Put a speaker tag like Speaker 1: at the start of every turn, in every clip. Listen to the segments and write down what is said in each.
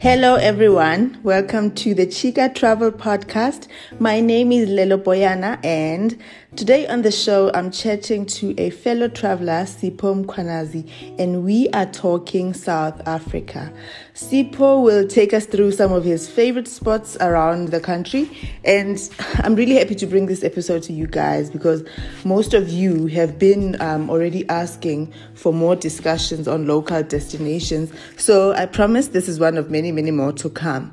Speaker 1: Hello, everyone. Welcome to the Chica Travel Podcast. My name is Lelo Boyana, and today on the show, I'm chatting to a fellow traveler, Sipho Mkwanazi, and we are talking South Africa. Sipho will take us through some of his favorite spots around the country, and I'm really happy to bring this episode to you guys because most of you have been um, already asking for more discussions on local destinations. So I promise this is one of many many, more to come.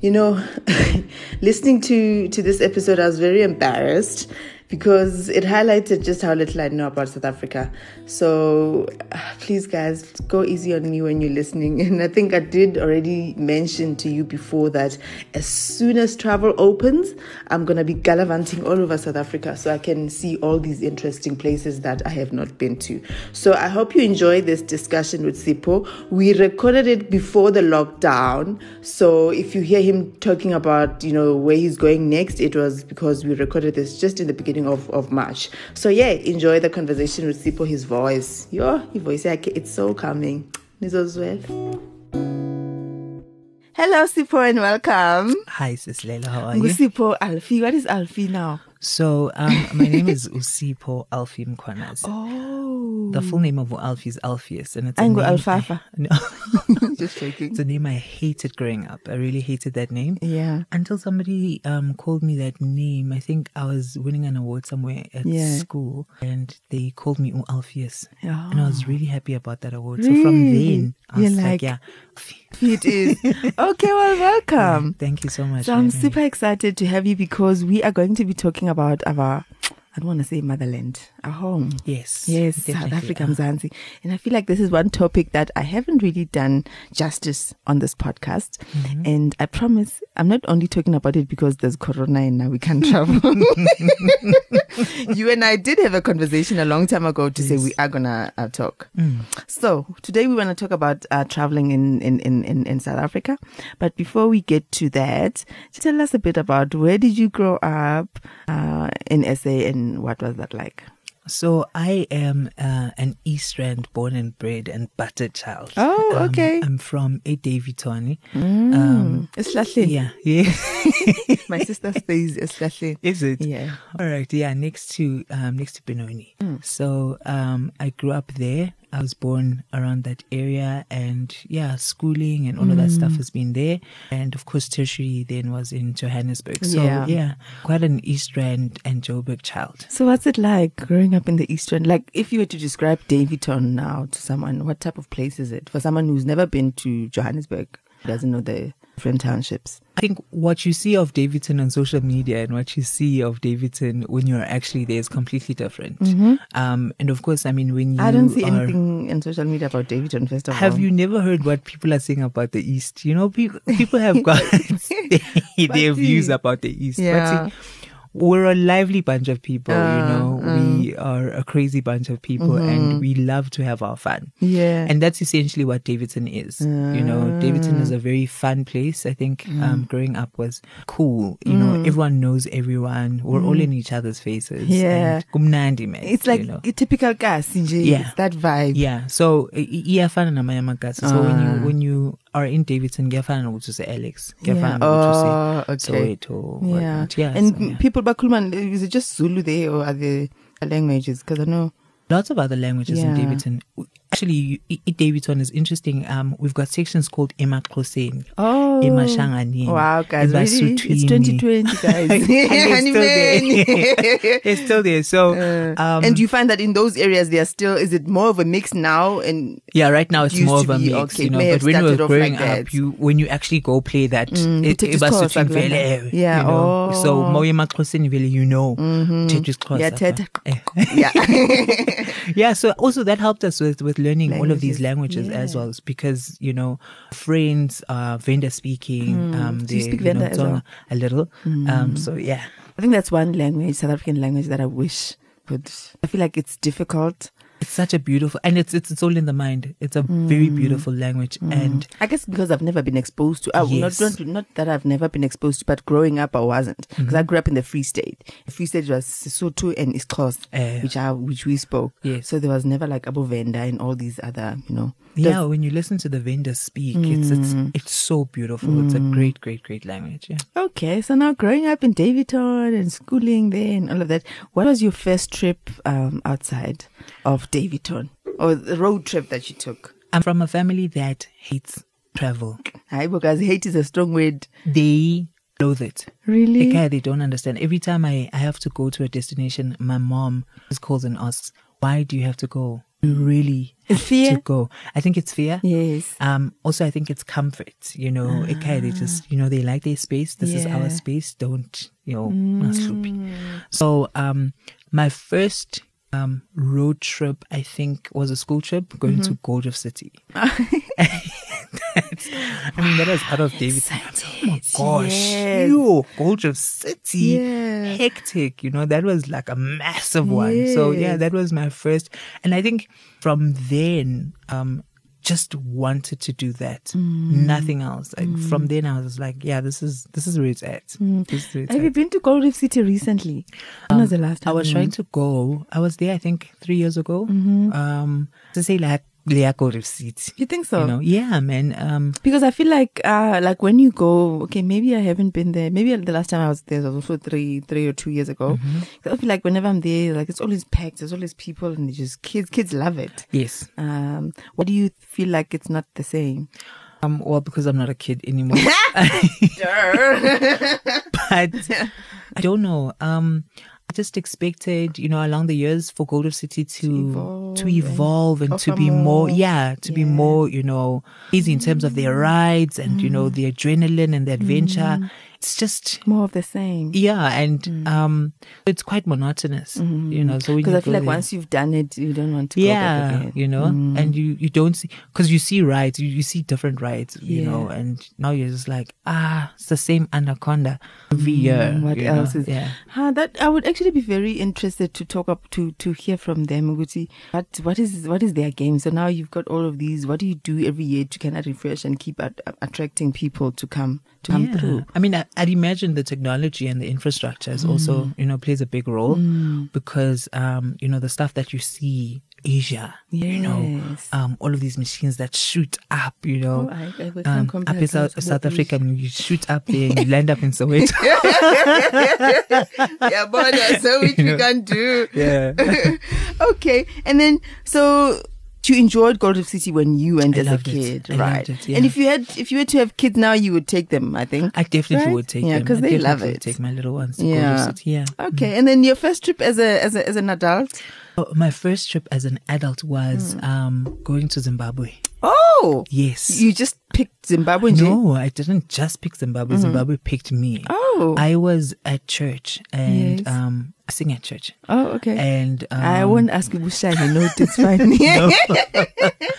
Speaker 1: You know, listening to, to this episode, I was very embarrassed because it highlighted just how little I know about South Africa. So uh, please, guys, go easy on me when you're listening. And I think I did already mention to you before that as soon as travel opens, I'm going to be gallivanting all over South Africa so I can see all these interesting places that I have not been to. So I hope you enjoy this discussion with Sipo. We recorded it before the lockdown. So if you hear him talking about, you know, where he's going next, it was because we recorded this just in the beginning of, of March. So yeah, enjoy the conversation with Sipo, his voice. Yo, his voice, like, it's so calming. Nizozwel. Hello, Sipo, and welcome.
Speaker 2: Hi, Sis Leila. How are you?
Speaker 1: Sipo Alfie. What is Alfie now?
Speaker 2: So, um, my name is Usipo Alfie Mkwanazi.
Speaker 1: Oh.
Speaker 2: The full name of Alfie is Alpheus, and it's a
Speaker 1: Ango
Speaker 2: name I-
Speaker 1: Alfafa.
Speaker 2: no,
Speaker 1: Just joking.
Speaker 2: it's a name I hated growing up. I really hated that name.
Speaker 1: Yeah.
Speaker 2: Until somebody um, called me that name, I think I was winning an award somewhere at
Speaker 1: Yeah.
Speaker 2: school, and they called me U Alpheus,
Speaker 1: Yeah.
Speaker 2: and I was really happy about that award. So from
Speaker 1: Really?
Speaker 2: then, I
Speaker 1: You're
Speaker 2: was
Speaker 1: like-
Speaker 2: like, yeah,
Speaker 1: It is. okay, well, welcome.
Speaker 2: thank you so much.
Speaker 1: um, So I'm
Speaker 2: Leila.
Speaker 1: super excited to have you because we are going to be talking about our, I don't want to say motherland, our home.
Speaker 2: Yes,
Speaker 1: Yes, South
Speaker 2: definitely.
Speaker 1: Africa, Mzansi. And I feel like this is one topic that I haven't really done justice on this podcast. And I promise I'm not only talking about it because there's corona and now we can't travel. you and I did have a conversation a long time ago to say we are going to uh, talk. So today we want to talk about uh, traveling in, in, in, in, in South Africa. But before we get to that, tell us a bit about where did you grow up uh, in SA and what was that like?
Speaker 2: So I am uh, an East Rand born and bred and buttered child.
Speaker 1: Oh,
Speaker 2: Um,
Speaker 1: okay.
Speaker 2: I'm from a Daveyton.
Speaker 1: Um, Eslahleni.
Speaker 2: Yeah, yeah.
Speaker 1: My sister stays Eslahleni.
Speaker 2: Is it?
Speaker 1: Yeah. Hmm.
Speaker 2: All right. Yeah, next to um, next to Benoni. So um, I grew up there. I was born around that area, and yeah, schooling and all of that
Speaker 1: Mm.
Speaker 2: stuff has been there. And of course, tertiary then was in Johannesburg. So
Speaker 1: Yeah.
Speaker 2: yeah, quite an East Rand and Joburg child.
Speaker 1: So what's it like growing up in the Eastern? Like, if you were to describe Daveyton now to someone, what type of place is it for someone who's never been to Johannesburg, doesn't know the different townships?
Speaker 2: I think what you see of Davidson on social media and what you see of Davidson when you're actually there is completely different. Um, and of course, I mean, when you
Speaker 1: Mm-hmm. I don't see
Speaker 2: are-
Speaker 1: anything in social media about Daveyton. First of all,
Speaker 2: Have you never heard what people are saying about the East? You know, people, people have got their, their
Speaker 1: But
Speaker 2: views
Speaker 1: see-
Speaker 2: about the East.
Speaker 1: Yeah.
Speaker 2: But see, we're a lively bunch of people, you
Speaker 1: Uh, Mm-hmm.
Speaker 2: know. we are a crazy bunch of people and we love to have our fun.
Speaker 1: Yeah.
Speaker 2: And that's essentially what Davidson is. You
Speaker 1: Ah.
Speaker 2: know, Davidson is a very fun place. I think
Speaker 1: Mm.
Speaker 2: um, growing up was cool. You know, everyone knows everyone. We're all in each other's faces.
Speaker 1: Mm. Yeah.
Speaker 2: And kumnandi, man,
Speaker 1: It's like
Speaker 2: you know.
Speaker 1: a typical gas,
Speaker 2: Yeah.
Speaker 1: It's that vibe.
Speaker 2: Yeah, so i- i- iyafana namanye amagasi so when
Speaker 1: Ah.
Speaker 2: you when you are in davidson kuyafana nokuthi use-alex kuyafana
Speaker 1: Oh, okay.
Speaker 2: nokuthi soweto
Speaker 1: yeah.
Speaker 2: whatnot. yeah,
Speaker 1: and
Speaker 2: so, yeah.
Speaker 1: people Bakulman, is it just Zulu there or are there languages? Because I know.
Speaker 2: lots of other languages in
Speaker 1: Yeah.
Speaker 2: davidson actually i- i- davidson is interesting um, we've got sections called emaxhoseni
Speaker 1: Oh.
Speaker 2: emashanganini
Speaker 1: Wow, guys. Really? It's
Speaker 2: ebasuthwini.
Speaker 1: 2020, guys.
Speaker 2: And they're still there.
Speaker 1: Animeni.
Speaker 2: they're still there so um,
Speaker 1: Uh, and you find that in those areas, they are still, is it more of a mix now? And
Speaker 2: Yeah, right now it's
Speaker 1: used
Speaker 2: more
Speaker 1: to
Speaker 2: of a
Speaker 1: be,
Speaker 2: mix,
Speaker 1: okay,
Speaker 2: you
Speaker 1: it
Speaker 2: know.
Speaker 1: may
Speaker 2: But
Speaker 1: have
Speaker 2: when you were
Speaker 1: started off
Speaker 2: growing
Speaker 1: like that.
Speaker 2: up, you when you actually go play that,
Speaker 1: Mm,
Speaker 2: it,
Speaker 1: Tetris
Speaker 2: it was
Speaker 1: Xhosa,
Speaker 2: such a
Speaker 1: like
Speaker 2: vele,
Speaker 1: that.
Speaker 2: eh,
Speaker 1: Yeah,
Speaker 2: you know.
Speaker 1: oh.
Speaker 2: So
Speaker 1: Mm-hmm.
Speaker 2: Moya Makosin vele, you know, Tetris Xhosa,
Speaker 1: yeah,
Speaker 2: but-
Speaker 1: Ted.
Speaker 2: eh.
Speaker 1: yeah.
Speaker 2: Yeah, so also that helped us with with learning all of these
Speaker 1: Languages,
Speaker 2: languages as well, because you know, friends, uh, Venda speaking, um,
Speaker 1: Mm. Do you
Speaker 2: they-
Speaker 1: speak
Speaker 2: know,
Speaker 1: Venda as
Speaker 2: Tsonga
Speaker 1: well? Mm.
Speaker 2: a little, um, so yeah.
Speaker 1: I think that's one language, South African language, that I wish could. I feel like it's difficult.
Speaker 2: It's such a beautiful, and it's it's it's all in the mind. It's a very beautiful language, and
Speaker 1: I guess because I've never been exposed to, uh,
Speaker 2: Yes.
Speaker 1: not, not not that I've never been exposed to, but growing up I wasn't because
Speaker 2: Mm-hmm.
Speaker 1: I grew up in the Free State. The Free State was Sesotho and Isxhosa,
Speaker 2: Eh.
Speaker 1: which I which we spoke.
Speaker 2: Yes.
Speaker 1: So there was never like Abovenda and all these other, you know.
Speaker 2: yeah, when you listen to the vendors speak, it's it's it's so beautiful. It's a great, great, great language. Yeah.
Speaker 1: Okay, so now growing up in Davytown and schooling there and all of that, what was your first trip um, outside of Davytown or the road trip that you took?
Speaker 2: I'm from a family that hates travel.
Speaker 1: Hi, because hate is a strong word.
Speaker 2: They loathe it.
Speaker 1: Really?
Speaker 2: The guy they don't understand. Every time I, I have to go to a destination, my mom just calls and asks, Why do you have to go? You really have
Speaker 1: Fear?
Speaker 2: to go. I think it's fear.
Speaker 1: Yes.
Speaker 2: Um, also I think it's comfort, you know. It kind of just you know, they like their space. This is
Speaker 1: Yeah.
Speaker 2: our space, don't you know, not sloopy. So um my first um road trip I think was a school trip going to Goldriff City. I mean that was part of David. Oh my gosh.
Speaker 1: Yes.
Speaker 2: Yo, Goldriff City.
Speaker 1: Yeah.
Speaker 2: Hectic. You know, that was like a massive one. So yeah,
Speaker 1: Yes.
Speaker 2: that was my first and I think from then, um, just wanted to do that.
Speaker 1: Mm.
Speaker 2: Nothing else. Like from then I was like, yeah, this is this is where it's at. This is where it's
Speaker 1: Mm. Have
Speaker 2: at.
Speaker 1: you been to Gold Reef City recently? When was the last time?
Speaker 2: Um, I was
Speaker 1: you Mm.
Speaker 2: trying to go. I was there, I think, three years ago.
Speaker 1: Mm-hmm.
Speaker 2: Um, to say like Leaco seat.
Speaker 1: You think so?
Speaker 2: You know, yeah, man. Um,
Speaker 1: Because I feel like, uh, like when you go, okay, maybe I haven't been there. Maybe the last time I was there was also three, three or two years ago.
Speaker 2: Mm-hmm.
Speaker 1: I feel like whenever I'm there, like it's always packed. There's always people, and they just kids, kids love it.
Speaker 2: yes.
Speaker 1: Um, what do you feel like it's not the same?
Speaker 2: Um, well, because I'm not a kid anymore. but I don't know. Um, I just expected, you know, along the years for Gold of City to
Speaker 1: evolve
Speaker 2: to evolve and, to
Speaker 1: offer
Speaker 2: be more,
Speaker 1: more.
Speaker 2: yeah, to be
Speaker 1: Yeah. Mm.
Speaker 2: more, you know, easy in terms of their rides and you know the adrenaline and the adventure. It's just
Speaker 1: More of the same.
Speaker 2: yeah, and um, it's quite monotonous, you know. So when
Speaker 1: Because Mm. Mm-hmm. I feel
Speaker 2: you go
Speaker 1: like
Speaker 2: there-
Speaker 1: once you've done it, you don't want to go back
Speaker 2: yeah,
Speaker 1: again. Mm.
Speaker 2: you know, and you you don't see because you see rides, you, you see different rides, you
Speaker 1: Yeah.
Speaker 2: know, and now you're just like ah, it's the same anaconda every year.
Speaker 1: Mm, what
Speaker 2: you know,
Speaker 1: else is
Speaker 2: yeah?
Speaker 1: Huh, that I would actually be very interested to talk up to to hear from them, Guti. What what is what is their game? So now you've got all of these. What do you do every year to kind of refresh and keep at, at- attracting people to come to come
Speaker 2: Yeah.
Speaker 1: through?
Speaker 2: I mean, I, I'd imagine the technology and the infrastructure is also,
Speaker 1: Mm.
Speaker 2: you know, plays a big role because, um, you know, the stuff that you see Asia, you know,
Speaker 1: Yes.
Speaker 2: um, all of these machines that shoot up, you know,
Speaker 1: Oh, I- I will
Speaker 2: um,
Speaker 1: come
Speaker 2: up in
Speaker 1: back
Speaker 2: South,
Speaker 1: to
Speaker 2: South
Speaker 1: Asia.
Speaker 2: Africa, and you shoot up there and you land up in Soweto.
Speaker 1: yeah, but so which we can do.
Speaker 2: yeah.
Speaker 1: okay, and then so you enjoyed Gold Reef City when you and
Speaker 2: I
Speaker 1: as a
Speaker 2: loved it.
Speaker 1: kid,
Speaker 2: I loved
Speaker 1: right?
Speaker 2: it, yeah.
Speaker 1: And if you had if you were to have kids now, you would take them, I think.
Speaker 2: I definitely
Speaker 1: Right?
Speaker 2: would take
Speaker 1: Yeah,
Speaker 2: them.
Speaker 1: 'cause
Speaker 2: I
Speaker 1: they
Speaker 2: definitely
Speaker 1: love
Speaker 2: would
Speaker 1: it.
Speaker 2: Take my little ones to yeah.
Speaker 1: Yeah. Uh,
Speaker 2: Gold City. Yeah.
Speaker 1: Okay, and then your first trip as a as a as an adult.
Speaker 2: Oh, My first trip as an adult was
Speaker 1: Mm.
Speaker 2: um, going to Zimbabwe.
Speaker 1: Oh,
Speaker 2: Yes.
Speaker 1: You just picked Zimbabwe. nje?
Speaker 2: No, I didn't just pick Zimbabwe.
Speaker 1: Mm-hmm.
Speaker 2: Zimbabwe picked me.
Speaker 1: Oh.
Speaker 2: I was at church and
Speaker 1: Yes.
Speaker 2: um I sing at church.
Speaker 1: Oh, okay.
Speaker 2: And um,
Speaker 1: I won't ask you Busha. You know, it's fine.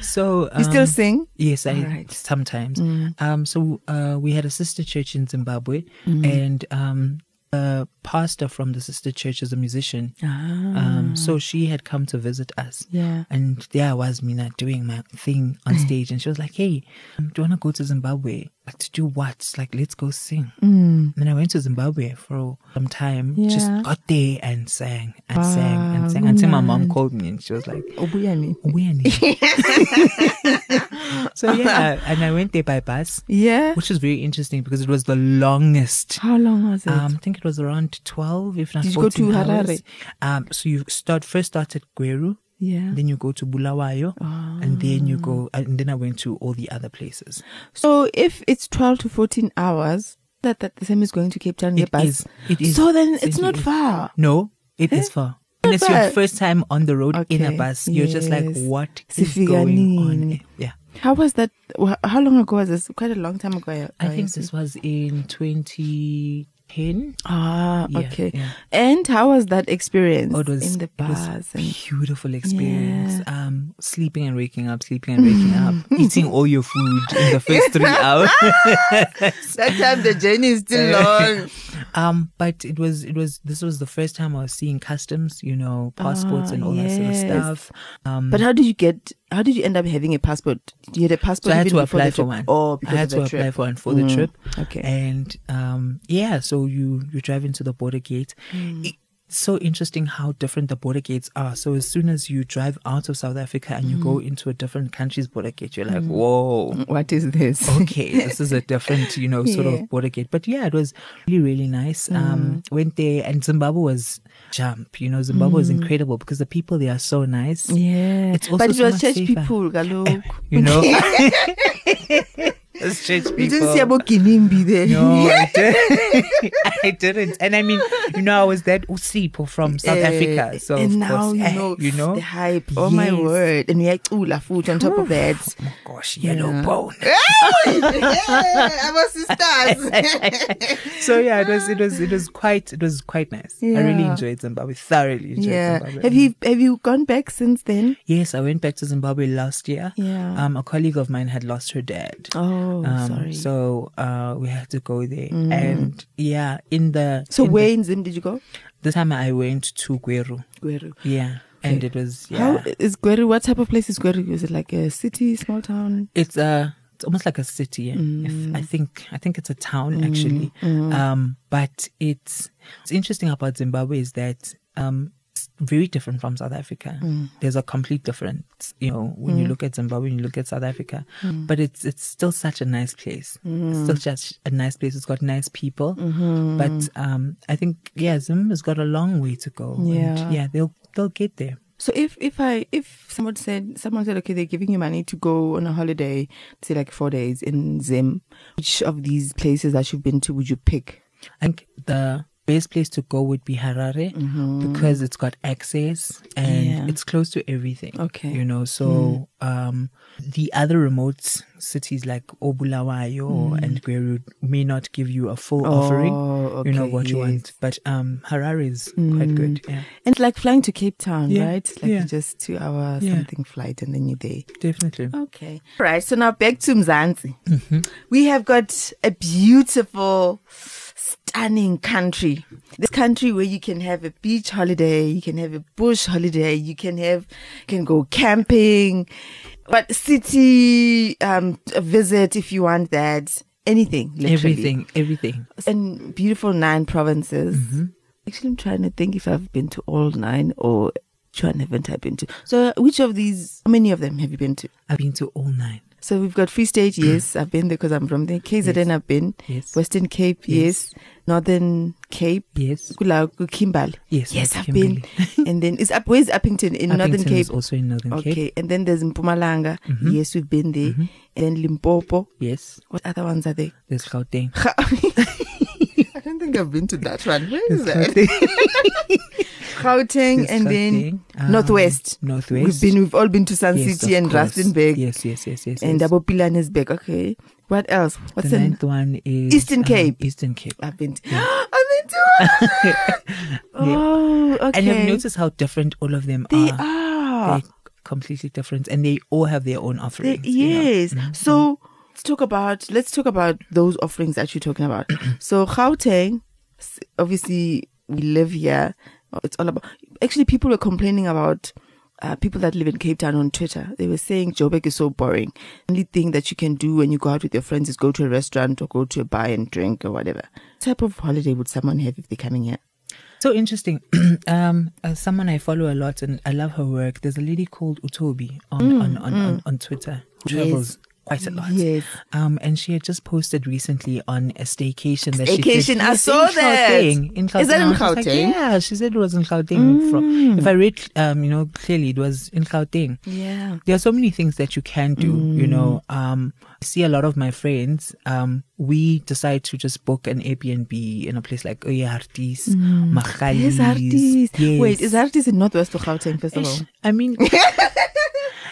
Speaker 2: so um,
Speaker 1: You still sing? Mm.
Speaker 2: Yes, I
Speaker 1: Alright.
Speaker 2: sometimes. Um, so uh, we had a sister church in Zimbabwe,
Speaker 1: Mm.
Speaker 2: and um, the pastor from the sister church is a musician.
Speaker 1: Ah.
Speaker 2: Um, so she had come to visit us.
Speaker 1: Yeah.
Speaker 2: And there I was, Mina, doing my thing on stage, and she was like, "Hey, um, do you want to go to Zimbabwe? Like to do what? Like let's go sing." Mm. Then I went to Zimbabwe for some time. Just
Speaker 1: Yeah.
Speaker 2: got there and sang and sang and sang until my mom called me, and she was like,
Speaker 1: Obuyani.
Speaker 2: when? so yeah, and I went there by bus,
Speaker 1: Yeah.
Speaker 2: which was very interesting because it was the longest.
Speaker 1: How long was it?
Speaker 2: Um, I think it was around twelve, if not
Speaker 1: Did you go to
Speaker 2: 14 hours.
Speaker 1: Harare?
Speaker 2: Um, so you start first start at Gweru,
Speaker 1: yeah.
Speaker 2: then you go to Bulawayo, and then you go,
Speaker 1: Ah.
Speaker 2: and then I went to all the other places.
Speaker 1: So if it's twelve to fourteen hours, that that the same is going to Cape Town.
Speaker 2: It
Speaker 1: It
Speaker 2: is- it is.
Speaker 1: So then it's
Speaker 2: Simply
Speaker 1: not
Speaker 2: is.
Speaker 1: far.
Speaker 2: No, it is far. And it's your
Speaker 1: Eh? bad.
Speaker 2: first time on the road in a
Speaker 1: Okay,
Speaker 2: bus. You're just like,
Speaker 1: yes.
Speaker 2: what is going on?
Speaker 1: Sifikanini.
Speaker 2: Yeah.
Speaker 1: How was that? Oh, wh- How long ago was this? Quite a long time ago.
Speaker 2: I think this was in 2010, pin.
Speaker 1: Ah,
Speaker 2: Yeah,
Speaker 1: okay.
Speaker 2: yeah.
Speaker 1: And how was that experience
Speaker 2: Oh, it was,
Speaker 1: in the
Speaker 2: it was
Speaker 1: bars? and
Speaker 2: beautiful experience. Um, sleeping and waking up, sleeping and waking up, eating all your food in the first three hours.
Speaker 1: that time the journey is still long.
Speaker 2: Um, but it was it was this was the first time I was seeing customs, you know, passports
Speaker 1: Ah,
Speaker 2: and all
Speaker 1: yes.
Speaker 2: that sort of stuff. Um,
Speaker 1: But how did you get? How did you end up having a passport? You had a passport.
Speaker 2: so I had
Speaker 1: even
Speaker 2: to
Speaker 1: before the
Speaker 2: apply for
Speaker 1: trip?
Speaker 2: one.
Speaker 1: Oh,
Speaker 2: I
Speaker 1: because
Speaker 2: had
Speaker 1: of the
Speaker 2: to
Speaker 1: trip.
Speaker 2: apply for one for
Speaker 1: Mm,
Speaker 2: the trip.
Speaker 1: okay.
Speaker 2: And um, yeah, so you you drive into the border gate.
Speaker 1: Mm.
Speaker 2: It- so interesting how different the border gates are. So as soon as you drive out of South Africa and you go
Speaker 1: Mm-hmm.
Speaker 2: into a different country's border gate, you're like, whoa.
Speaker 1: Mm, What is this?
Speaker 2: okay, this is a different, you know, sort
Speaker 1: Yeah. Mm.
Speaker 2: of border gate. But yeah, it was really, really nice. Um, went there and Zimbabwe was jump, you know, Zimbabwe was incredible because the people there are so nice.
Speaker 1: Mm. Yeah,
Speaker 2: It's also
Speaker 1: but it
Speaker 2: so
Speaker 1: was
Speaker 2: much
Speaker 1: church
Speaker 2: safer.
Speaker 1: people. Galoo.
Speaker 2: You know? It's church people.
Speaker 1: You didn't see about Kinimbi there.
Speaker 2: No, I didn't. I didn't. And I mean, you know, I was that Usipo from South
Speaker 1: Eh,
Speaker 2: Africa. So,
Speaker 1: and
Speaker 2: of
Speaker 1: now
Speaker 2: course,
Speaker 1: you
Speaker 2: eh,
Speaker 1: know,
Speaker 2: you know?
Speaker 1: the hype. Oh my
Speaker 2: Yes.
Speaker 1: word! And we had Ula food on top of that.
Speaker 2: Oh my gosh, yellow
Speaker 1: Yeah.
Speaker 2: bone.
Speaker 1: yeah, our sisters.
Speaker 2: So yeah, it was it was it was quite it was quite nice. I really
Speaker 1: Yeah.
Speaker 2: enjoyed Zimbabwe. Thoroughly enjoyed
Speaker 1: yeah.
Speaker 2: Zimbabwe.
Speaker 1: Have you have you gone back since then?
Speaker 2: Yes, I went back to Zimbabwe last year.
Speaker 1: Yeah.
Speaker 2: Um, a colleague of mine had lost her dad.
Speaker 1: Oh,
Speaker 2: um,
Speaker 1: sorry. So,
Speaker 2: So uh, we had to go there, and yeah, in the in
Speaker 1: where in Zim did you go?
Speaker 2: the, the time I went to Gweru,
Speaker 1: Gweru.
Speaker 2: yeah, and it was yeah,
Speaker 1: How is Gweru? What type of place is Gweru? Is it like a city, small town?
Speaker 2: it's a it's almost like a city. yeah. If, I think I think it's a town actually. Um, but it's what's interesting about Zimbabwe is that um, it's very different from South Africa. There's a complete difference, you know, when you look at Zimbabwe and you look at South Africa. But it's it's still such a nice place. It's still such a nice place. It's got nice people. But um, I think yeah, Zim has got a long way to go. And,
Speaker 1: Yeah.
Speaker 2: yeah, they'll they'll get there.
Speaker 1: So if if I if someone said someone said okay they're giving you money to go on a holiday say like four days in Zim, which of these places that you've been to would you pick?
Speaker 2: I think the best place to go would be Harare because it's got access and
Speaker 1: Mm-hmm. Yeah.
Speaker 2: it's close to everything.
Speaker 1: Okay. Mm.
Speaker 2: You know, so um, the other remote s- cities like Obulawayo and Gweru may not give you a full offering.
Speaker 1: Mm. Oh,
Speaker 2: you know
Speaker 1: okay,
Speaker 2: what you
Speaker 1: yes. Mm.
Speaker 2: want. But um, Harare is quite good. Yeah,
Speaker 1: And it's like flying to Cape Town,
Speaker 2: Yeah,
Speaker 1: right? It's like
Speaker 2: yeah.
Speaker 1: just two hour
Speaker 2: Yeah.
Speaker 1: something flight and then you're there.
Speaker 2: definitely.
Speaker 1: Okay. Right. So now back to Mzansi. We have got a beautiful, stunning country. This country where you can have a beach holiday, you can have a bush holiday, you can have, can go camping, but city um, a visit if you want that. Anything. Literally.
Speaker 2: Everything, everything.
Speaker 1: And beautiful nine provinces. Actually, I'm trying to think if I've been to all nine or which one haven't I been to. So, which of these? How many of them have you been to?
Speaker 2: I've been to all nine.
Speaker 1: So we've got Free State, yes, I've been there because I'm from there. KZN, I've been.
Speaker 2: Yes.
Speaker 1: Western Cape, yes. Northern Cape.
Speaker 2: Yes.
Speaker 1: Kula- Kimberley.
Speaker 2: Yes,
Speaker 1: Yes, I've
Speaker 2: North
Speaker 1: been. and then it's up where's Uppington in Northern
Speaker 2: Northern
Speaker 1: Cape.
Speaker 2: is also in Northern
Speaker 1: okay.
Speaker 2: Cape. Mm-hmm.
Speaker 1: And then there's Mpumalanga. Yes, we've been there. And then Limpopo.
Speaker 2: Yes,
Speaker 1: What other ones are there?
Speaker 2: there's Gauteng.
Speaker 1: I don't think I've been to that one. Where is that? Gauteng
Speaker 2: There's
Speaker 1: and then
Speaker 2: Gauteng, um,
Speaker 1: Northwest.
Speaker 2: Northwest.
Speaker 1: We've been we've all been to Sun
Speaker 2: Yes,
Speaker 1: City
Speaker 2: of
Speaker 1: and
Speaker 2: course.
Speaker 1: Rustenburg.
Speaker 2: Yes, yes, yes, yes.
Speaker 1: And
Speaker 2: yes.
Speaker 1: Double Pilanesberg. Okay. What else? What's
Speaker 2: the
Speaker 1: in
Speaker 2: ninth one is
Speaker 1: Eastern
Speaker 2: um,
Speaker 1: Cape.
Speaker 2: Eastern Cape.
Speaker 1: I've been to, I've been to all of them. Oh, okay.
Speaker 2: And have Ah. you noticed how different all of them
Speaker 1: they
Speaker 2: are?
Speaker 1: are.
Speaker 2: They're completely different, and they all have their own
Speaker 1: They-
Speaker 2: offerings. you know. mm-hmm,
Speaker 1: yes. So let's talk about let's talk about those offerings that you're talking about. so Gauteng, s- obviously we live here. It's all about. Actually, people were complaining about. Uh, people that live in Cape Town on Twitter, they were saying Joburg is so boring. Only thing that you can do when you go out with your friends is go to a restaurant or go to a bar and drink or whatever. What type of holiday would someone have if they're coming here?
Speaker 2: So interesting. um, uh, someone I follow a lot, and I love her work. There's a lady called Utobi on on, on, on, on Twitter who
Speaker 1: Mm, Yes.
Speaker 2: travels quite a lot.
Speaker 1: Yes.
Speaker 2: Um, and she had just posted recently on a staycation that she
Speaker 1: Staycation,
Speaker 2: did.
Speaker 1: I
Speaker 2: Yes,
Speaker 1: saw
Speaker 2: in
Speaker 1: that.
Speaker 2: Gauteng, in Gauteng.
Speaker 1: Is that in
Speaker 2: I was just like,
Speaker 1: Gauteng? Mm.
Speaker 2: yeah, she said it was in Gauteng. From if I read, um, you know, clearly it was in Gauteng.
Speaker 1: Yeah.
Speaker 2: there are so many things that you can do you know um i see a lot of my friends um we decide to just book an airbnb in a place like oh, Oyartis, mm.
Speaker 1: Yes, Artis. Wait, is Artis in northwest of Gauteng, first of all?
Speaker 2: i mean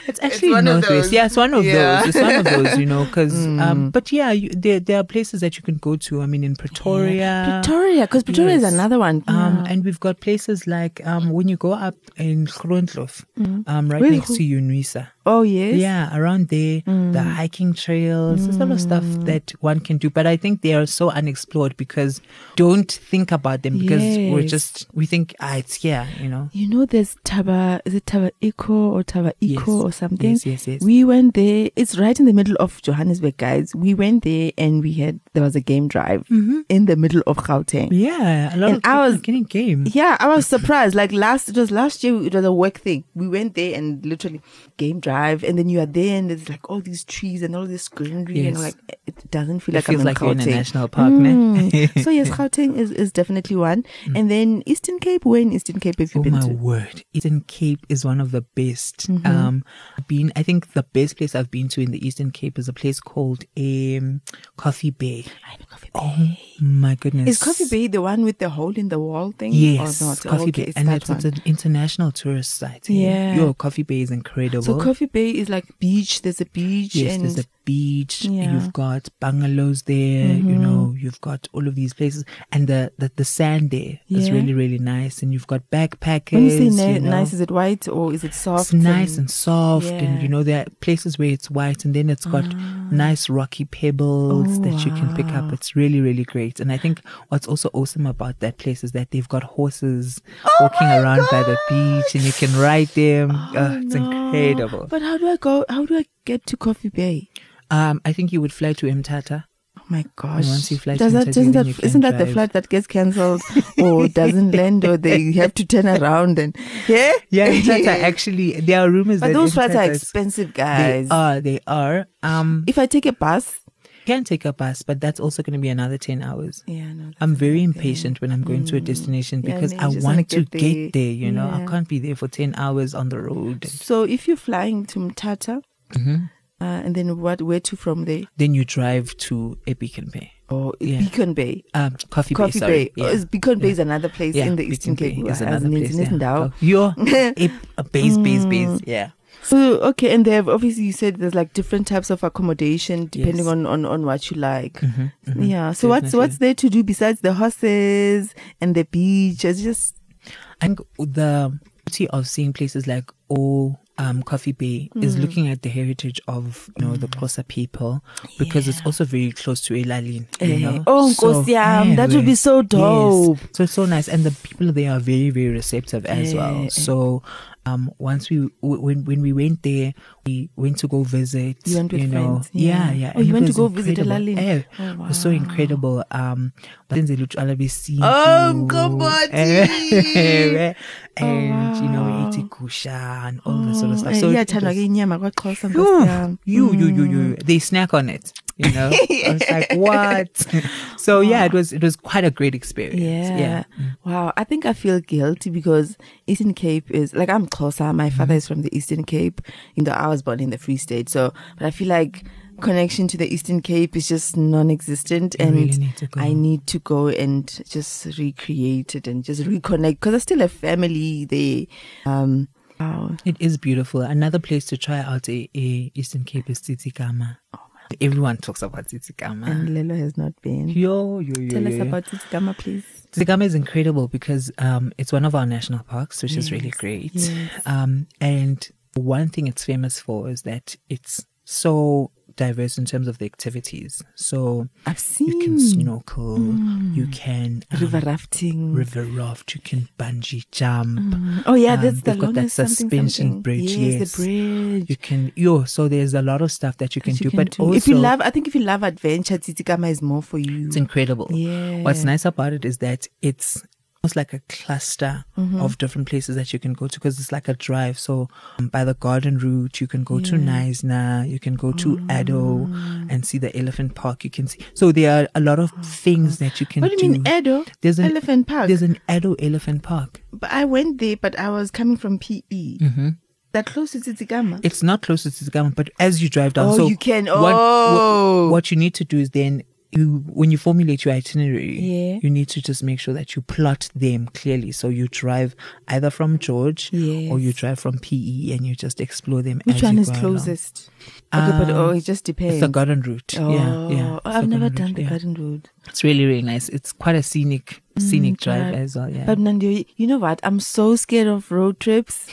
Speaker 2: It's actually
Speaker 3: one of
Speaker 2: northwest.
Speaker 3: those.
Speaker 2: Yeah, it's one of
Speaker 3: Yeah.
Speaker 2: those. It's one of those, you know, because, um, but yeah, you, there, there are places that you can go to. I mean, in Pretoria.
Speaker 1: Pretoria, because Pretoria
Speaker 2: Yes.
Speaker 1: is another one. Mm.
Speaker 2: Um, and we've got places like um, when you go up in Groenlof, um, right
Speaker 1: Where-
Speaker 2: next to Unwisa.
Speaker 1: oh yes,
Speaker 2: Yeah, around there, the hiking trails, there's a lot of stuff that one can do. But I think they are so unexplored because don't think about them because we're
Speaker 1: Yes.
Speaker 2: just, we think, ah, it's here, you know.
Speaker 1: You know, there's Taba, is it Taba Eco or Taba Eco
Speaker 2: Yes.
Speaker 1: or something?
Speaker 2: Yes, yes, yes.
Speaker 1: We went there, it's right in the middle of Johannesburg, guys. We went there and we had, there was a game drive
Speaker 2: Mm-hmm.
Speaker 1: in the middle of Gauteng.
Speaker 2: Mm. Yeah, a lot
Speaker 1: And
Speaker 2: of
Speaker 1: I
Speaker 2: people
Speaker 1: was-
Speaker 2: are getting game.
Speaker 1: Yeah, I was surprised. Like last, it was last year. It was a work thing. We went there and literally game drive, and then you are there, and there's like all these trees and all this greenery, and
Speaker 2: Yes.
Speaker 1: like it doesn't feel
Speaker 2: It
Speaker 1: like
Speaker 2: feels
Speaker 1: I'm in
Speaker 2: like you're in a
Speaker 1: Gauteng.
Speaker 2: national park, man.
Speaker 1: Mm. so yes, Gauteng is, is definitely one. And then Eastern Cape. Where in Eastern Cape have you
Speaker 2: Mm. Oh
Speaker 1: been
Speaker 2: my
Speaker 1: to?
Speaker 2: word! Eastern Cape is one of the best. Um, I've been I think the best place I've been to in the Eastern Cape is a place called um, Coffee Bay.
Speaker 1: I know Coffee Bay.
Speaker 2: Oh my goodness!
Speaker 1: Is Coffee Bay the one with the hole in the wall thing?
Speaker 2: Yes,
Speaker 1: or not? Oh,
Speaker 2: Coffee
Speaker 1: okay,
Speaker 2: Bay,
Speaker 1: it's
Speaker 2: and
Speaker 1: that
Speaker 2: it's, it's
Speaker 1: one.
Speaker 2: an international tourist site. eh?
Speaker 1: Yeah.
Speaker 2: your Coffee Bay is incredible.
Speaker 1: so Coffee Bay is like beach. There's a beach
Speaker 2: Yes,
Speaker 1: and
Speaker 2: there's a beach.
Speaker 1: Yeah. Mm-hmm.
Speaker 2: You've got bungalows there. You know, you've got all of these places, and the the, the sand there is
Speaker 1: Yeah.
Speaker 2: really really nice. And you've got backpackers.
Speaker 1: when you say na-
Speaker 2: you know.
Speaker 1: nice, is it white or is it soft?
Speaker 2: it's nice and soft and
Speaker 1: yeah. Ah.
Speaker 2: you know there are places where it's white and then it's got nice rocky pebbles
Speaker 1: Oh,
Speaker 2: that you can pick up
Speaker 1: wow.
Speaker 2: it's really really great and i think what's also awesome about that place is that they've got horses walking
Speaker 1: Oh my
Speaker 2: around by the
Speaker 1: God.
Speaker 2: beach and you can ride them
Speaker 1: Oh,
Speaker 2: Ugh, uh, it's
Speaker 1: no.
Speaker 2: incredible
Speaker 1: But how do I go? How do I get to Coffee Bay?
Speaker 2: um i think you would fly to mtata
Speaker 1: Oh my gosh!
Speaker 2: once you fly to
Speaker 1: Does that,
Speaker 2: Ntata,
Speaker 1: doesn't
Speaker 2: then
Speaker 1: that,
Speaker 2: you can
Speaker 1: isn't that the
Speaker 2: drive.
Speaker 1: flight that gets cancelled or doesn't land or they have to turn around and yeah?
Speaker 2: yeah mtata actually there are rumors
Speaker 1: But
Speaker 2: that
Speaker 1: those flights are
Speaker 2: Mthatha is-
Speaker 1: expensive,
Speaker 2: they
Speaker 1: guys.
Speaker 2: are they are um
Speaker 1: If I take a bus,
Speaker 2: you can take a bus but that's also going to be another 10 hours
Speaker 1: yeah, no.
Speaker 2: I'm very impatient when I'm going to a destination
Speaker 1: Mm. Yeah,
Speaker 2: because
Speaker 1: no, you
Speaker 2: I
Speaker 1: just wanna
Speaker 2: want to
Speaker 1: get
Speaker 2: get
Speaker 1: there.
Speaker 2: there, you know. I
Speaker 1: Yeah.
Speaker 2: can't be there for 10 hours on the road.
Speaker 1: So if you're flying to Mtata,
Speaker 2: Mm-hmm.
Speaker 1: uh, and then what? Where to from there?
Speaker 2: Then you drive to a Beacon Bay.
Speaker 1: Or
Speaker 2: Oh, Yeah.
Speaker 1: Beacon Bay,
Speaker 2: Um, Coffee,
Speaker 1: Coffee
Speaker 2: Bay, sorry.
Speaker 1: Bay. Oh, is Beacon Bay is another place
Speaker 2: Yeah,
Speaker 1: in the
Speaker 2: Beacon
Speaker 1: Eastern
Speaker 2: Bay
Speaker 1: Cape.
Speaker 2: is
Speaker 1: Wow,
Speaker 2: another
Speaker 1: isn't-
Speaker 2: place.
Speaker 1: isn't
Speaker 2: yeah.
Speaker 1: thou?
Speaker 2: Oh, you're a, a base, base,
Speaker 1: Mm.
Speaker 2: base. Yeah.
Speaker 1: So okay, and they have obviously you said there's like different types of accommodation depending
Speaker 2: Yes. Mm-hmm,
Speaker 1: on, on on what you like. Yeah. So what's
Speaker 2: Definitely.
Speaker 1: what's there to do besides the horses and the beach? It's just
Speaker 2: I think the beauty of seeing places like O um, Coffee Bay
Speaker 1: Mm.
Speaker 2: is looking at the heritage of you know the Xhosa people because it's also very close to Elalin. You
Speaker 1: Eh,
Speaker 2: know?
Speaker 1: oh, Nkosi yami, that would be so
Speaker 2: yes.
Speaker 1: dope.
Speaker 2: So it's so nice, and the people there are very very receptive as well.
Speaker 1: Eh.
Speaker 2: So. Um, once we w- when when we went there, we went to go visit.
Speaker 1: You went with
Speaker 2: know,
Speaker 1: friends, yeah.
Speaker 2: yeah, yeah.
Speaker 1: Oh, you
Speaker 2: and it
Speaker 1: went to
Speaker 2: was
Speaker 1: go visit
Speaker 2: incredible.
Speaker 1: Elalini.
Speaker 2: Eh,
Speaker 1: Oh,
Speaker 2: It was so incredible. Um, then they looked all of this
Speaker 1: Oh,
Speaker 2: seafood.
Speaker 1: Nkomothi.
Speaker 2: Eh, eh, and you know
Speaker 1: Oh, wow.
Speaker 2: eating kusha and all that sort
Speaker 1: Oh,
Speaker 2: of stuff.
Speaker 1: eh,
Speaker 2: So it-
Speaker 1: iyathandwa
Speaker 2: it
Speaker 1: ke inyama kwaXhosa, Nkosi
Speaker 2: was-
Speaker 1: yami.
Speaker 2: you, you, you, you,
Speaker 1: mm.
Speaker 2: they snack on it. You know, I was like, what? So yeah, it was it was quite a great experience.
Speaker 1: Yeah.
Speaker 2: Mm.
Speaker 1: Wow. I think I feel guilty because Eastern Cape is like I'm closer. My
Speaker 2: Mm-hmm.
Speaker 1: father is from the Eastern Cape. You know, I was born in the Free State. So, but I feel like connection to the Eastern Cape is just non-existent, and
Speaker 2: really need to go.
Speaker 1: I need to go and just recreate it and just reconnect because I still have family there. Um. Wow.
Speaker 2: It is beautiful. Another place to try out a, a Eastern Cape is Titikama. Everyone talks about Titikama.
Speaker 1: Oh, And Lelo has not been.
Speaker 2: Yo, yo, yo,
Speaker 1: Tell
Speaker 2: yo,
Speaker 1: us
Speaker 2: yo.
Speaker 1: about it, Gamma, please.
Speaker 2: Tsigama is incredible because um, it's one of our national parks, which is really great. Um, and one thing it's famous for is that it's so diverse in terms of the activities. So
Speaker 1: I've
Speaker 2: you can
Speaker 1: seen
Speaker 2: snorkel, you can um,
Speaker 1: river rafting.
Speaker 2: river raft, you can bungee jump.
Speaker 1: Oh yeah,
Speaker 2: Um,
Speaker 1: that's the
Speaker 2: they've got that
Speaker 1: longest something,
Speaker 2: suspension
Speaker 1: something.
Speaker 2: bridge, yes.
Speaker 1: Yes, the bridge.
Speaker 2: You can yo. So there's a lot of stuff that you can
Speaker 1: that
Speaker 2: do,
Speaker 1: you
Speaker 2: but also
Speaker 1: if you love, I think if you love adventure, Titikama is more for you.
Speaker 2: It's incredible.
Speaker 1: Yeah.
Speaker 2: What's nice about it is that it's almost like a cluster
Speaker 1: Mm-hmm.
Speaker 2: of different places that you can go to because it's like a drive. So um, by the garden route, you can go to Naisna, you can go to
Speaker 1: Ah.
Speaker 2: Ado and see the elephant park. You can see. So there are a lot of things that you can
Speaker 1: What do you Ah. mean, Edo?
Speaker 2: There's an
Speaker 1: Elephant Park?
Speaker 2: There's an Edo elephant park.
Speaker 1: But I went there, but I was coming from PE.
Speaker 2: Mm-hmm.
Speaker 1: That close to Titikama.
Speaker 2: It's not close to Tsigama, but as you drive down,
Speaker 1: Oh,
Speaker 2: so
Speaker 1: you can-
Speaker 2: what- what-
Speaker 1: oh.
Speaker 2: what, you need to do is then you when you formulate your itinerary,
Speaker 1: Yeah.
Speaker 2: you need to just make sure that you plot them clearly. So you drive either from George or you drive from PE and you just explore them.
Speaker 1: Which
Speaker 2: as you
Speaker 1: one is
Speaker 2: go along.
Speaker 1: closest? okay, but
Speaker 2: Um,
Speaker 1: oh, it just
Speaker 2: It's
Speaker 1: depends.
Speaker 2: the garden route.
Speaker 1: oh,
Speaker 2: yeah, yeah. It's
Speaker 1: I've
Speaker 2: the
Speaker 1: never
Speaker 2: garden
Speaker 1: done
Speaker 2: route,
Speaker 1: the
Speaker 2: yeah.
Speaker 1: garden road.
Speaker 2: It's really really nice. It's quite a scenic scenic drive
Speaker 1: drive.
Speaker 2: as well. Yeah.
Speaker 1: Mm, But Nandio, you know what? I'm so scared of road trips.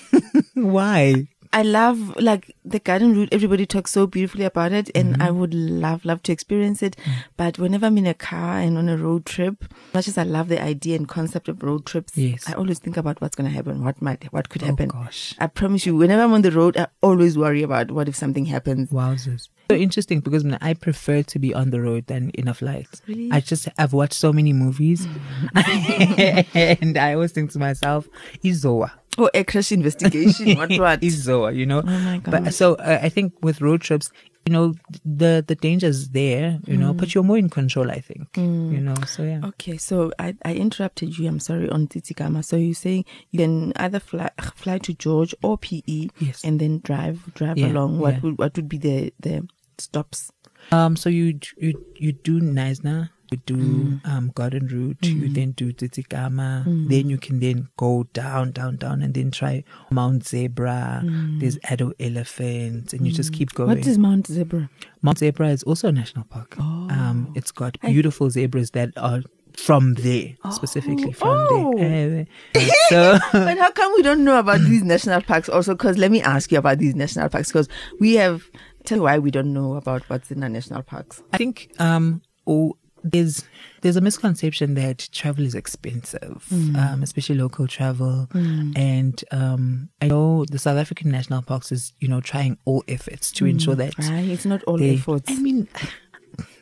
Speaker 2: Why?
Speaker 1: I love like the garden route. Everybody talks so beautifully about it,
Speaker 2: Mm-hmm.
Speaker 1: and I would love, love to experience it.
Speaker 2: Mm.
Speaker 1: But whenever I'm in a car and on a road trip, much as I love the idea and concept of road trips,
Speaker 2: Yes. Oh,
Speaker 1: I always think about what's going to happen, what might, what could happen.
Speaker 2: gosh.
Speaker 1: I promise you, whenever I'm on the road, I always worry about what if something happens.
Speaker 2: Wowzers. So interesting because mina, I prefer to be on the road than in a flight.
Speaker 1: Really?
Speaker 2: I just I've watched so many movies,
Speaker 1: Mm.
Speaker 2: and I always think to myself, "Izoa,
Speaker 1: Or a crash investigation, what, what?
Speaker 2: Izoa," you know.
Speaker 1: Oh my
Speaker 2: But
Speaker 1: gosh.
Speaker 2: so uh, I think with road trips, you know, the the danger's there, you
Speaker 1: Mm.
Speaker 2: know, but you're more in control. I think, you know. So yeah.
Speaker 1: Okay, so I, I interrupted you. I'm sorry on Titikama. So you're saying you can either fly fly to George or PE,
Speaker 2: Yes.
Speaker 1: and then drive drive
Speaker 2: Yeah,
Speaker 1: along. What
Speaker 2: yeah.
Speaker 1: would what would be the the stops?
Speaker 2: Um. So you you you do Naisna, you do um Garden Route, you then do Titikama, then you can then go down, down, down, and then try Mount Zebra. There's Addo Elephant, and you just keep going.
Speaker 1: What is Mount Zebra?
Speaker 2: Mount Zebra is also a national park. Um, it's got beautiful zebras that are from there, specifically from there. Eh, so
Speaker 1: but how come we don't know about these national parks also? Because let me ask you about these national parks because we have tell me why we don't know about what's in our national parks.
Speaker 2: I think um, oh, there's there's a misconception that travel is expensive,
Speaker 1: Hmm.
Speaker 2: um, especially local travel. And um, I know the South African national parks is you know trying all efforts to ensure that
Speaker 1: Hmm. Right? It's not all
Speaker 2: they.
Speaker 1: efforts.
Speaker 2: I mean,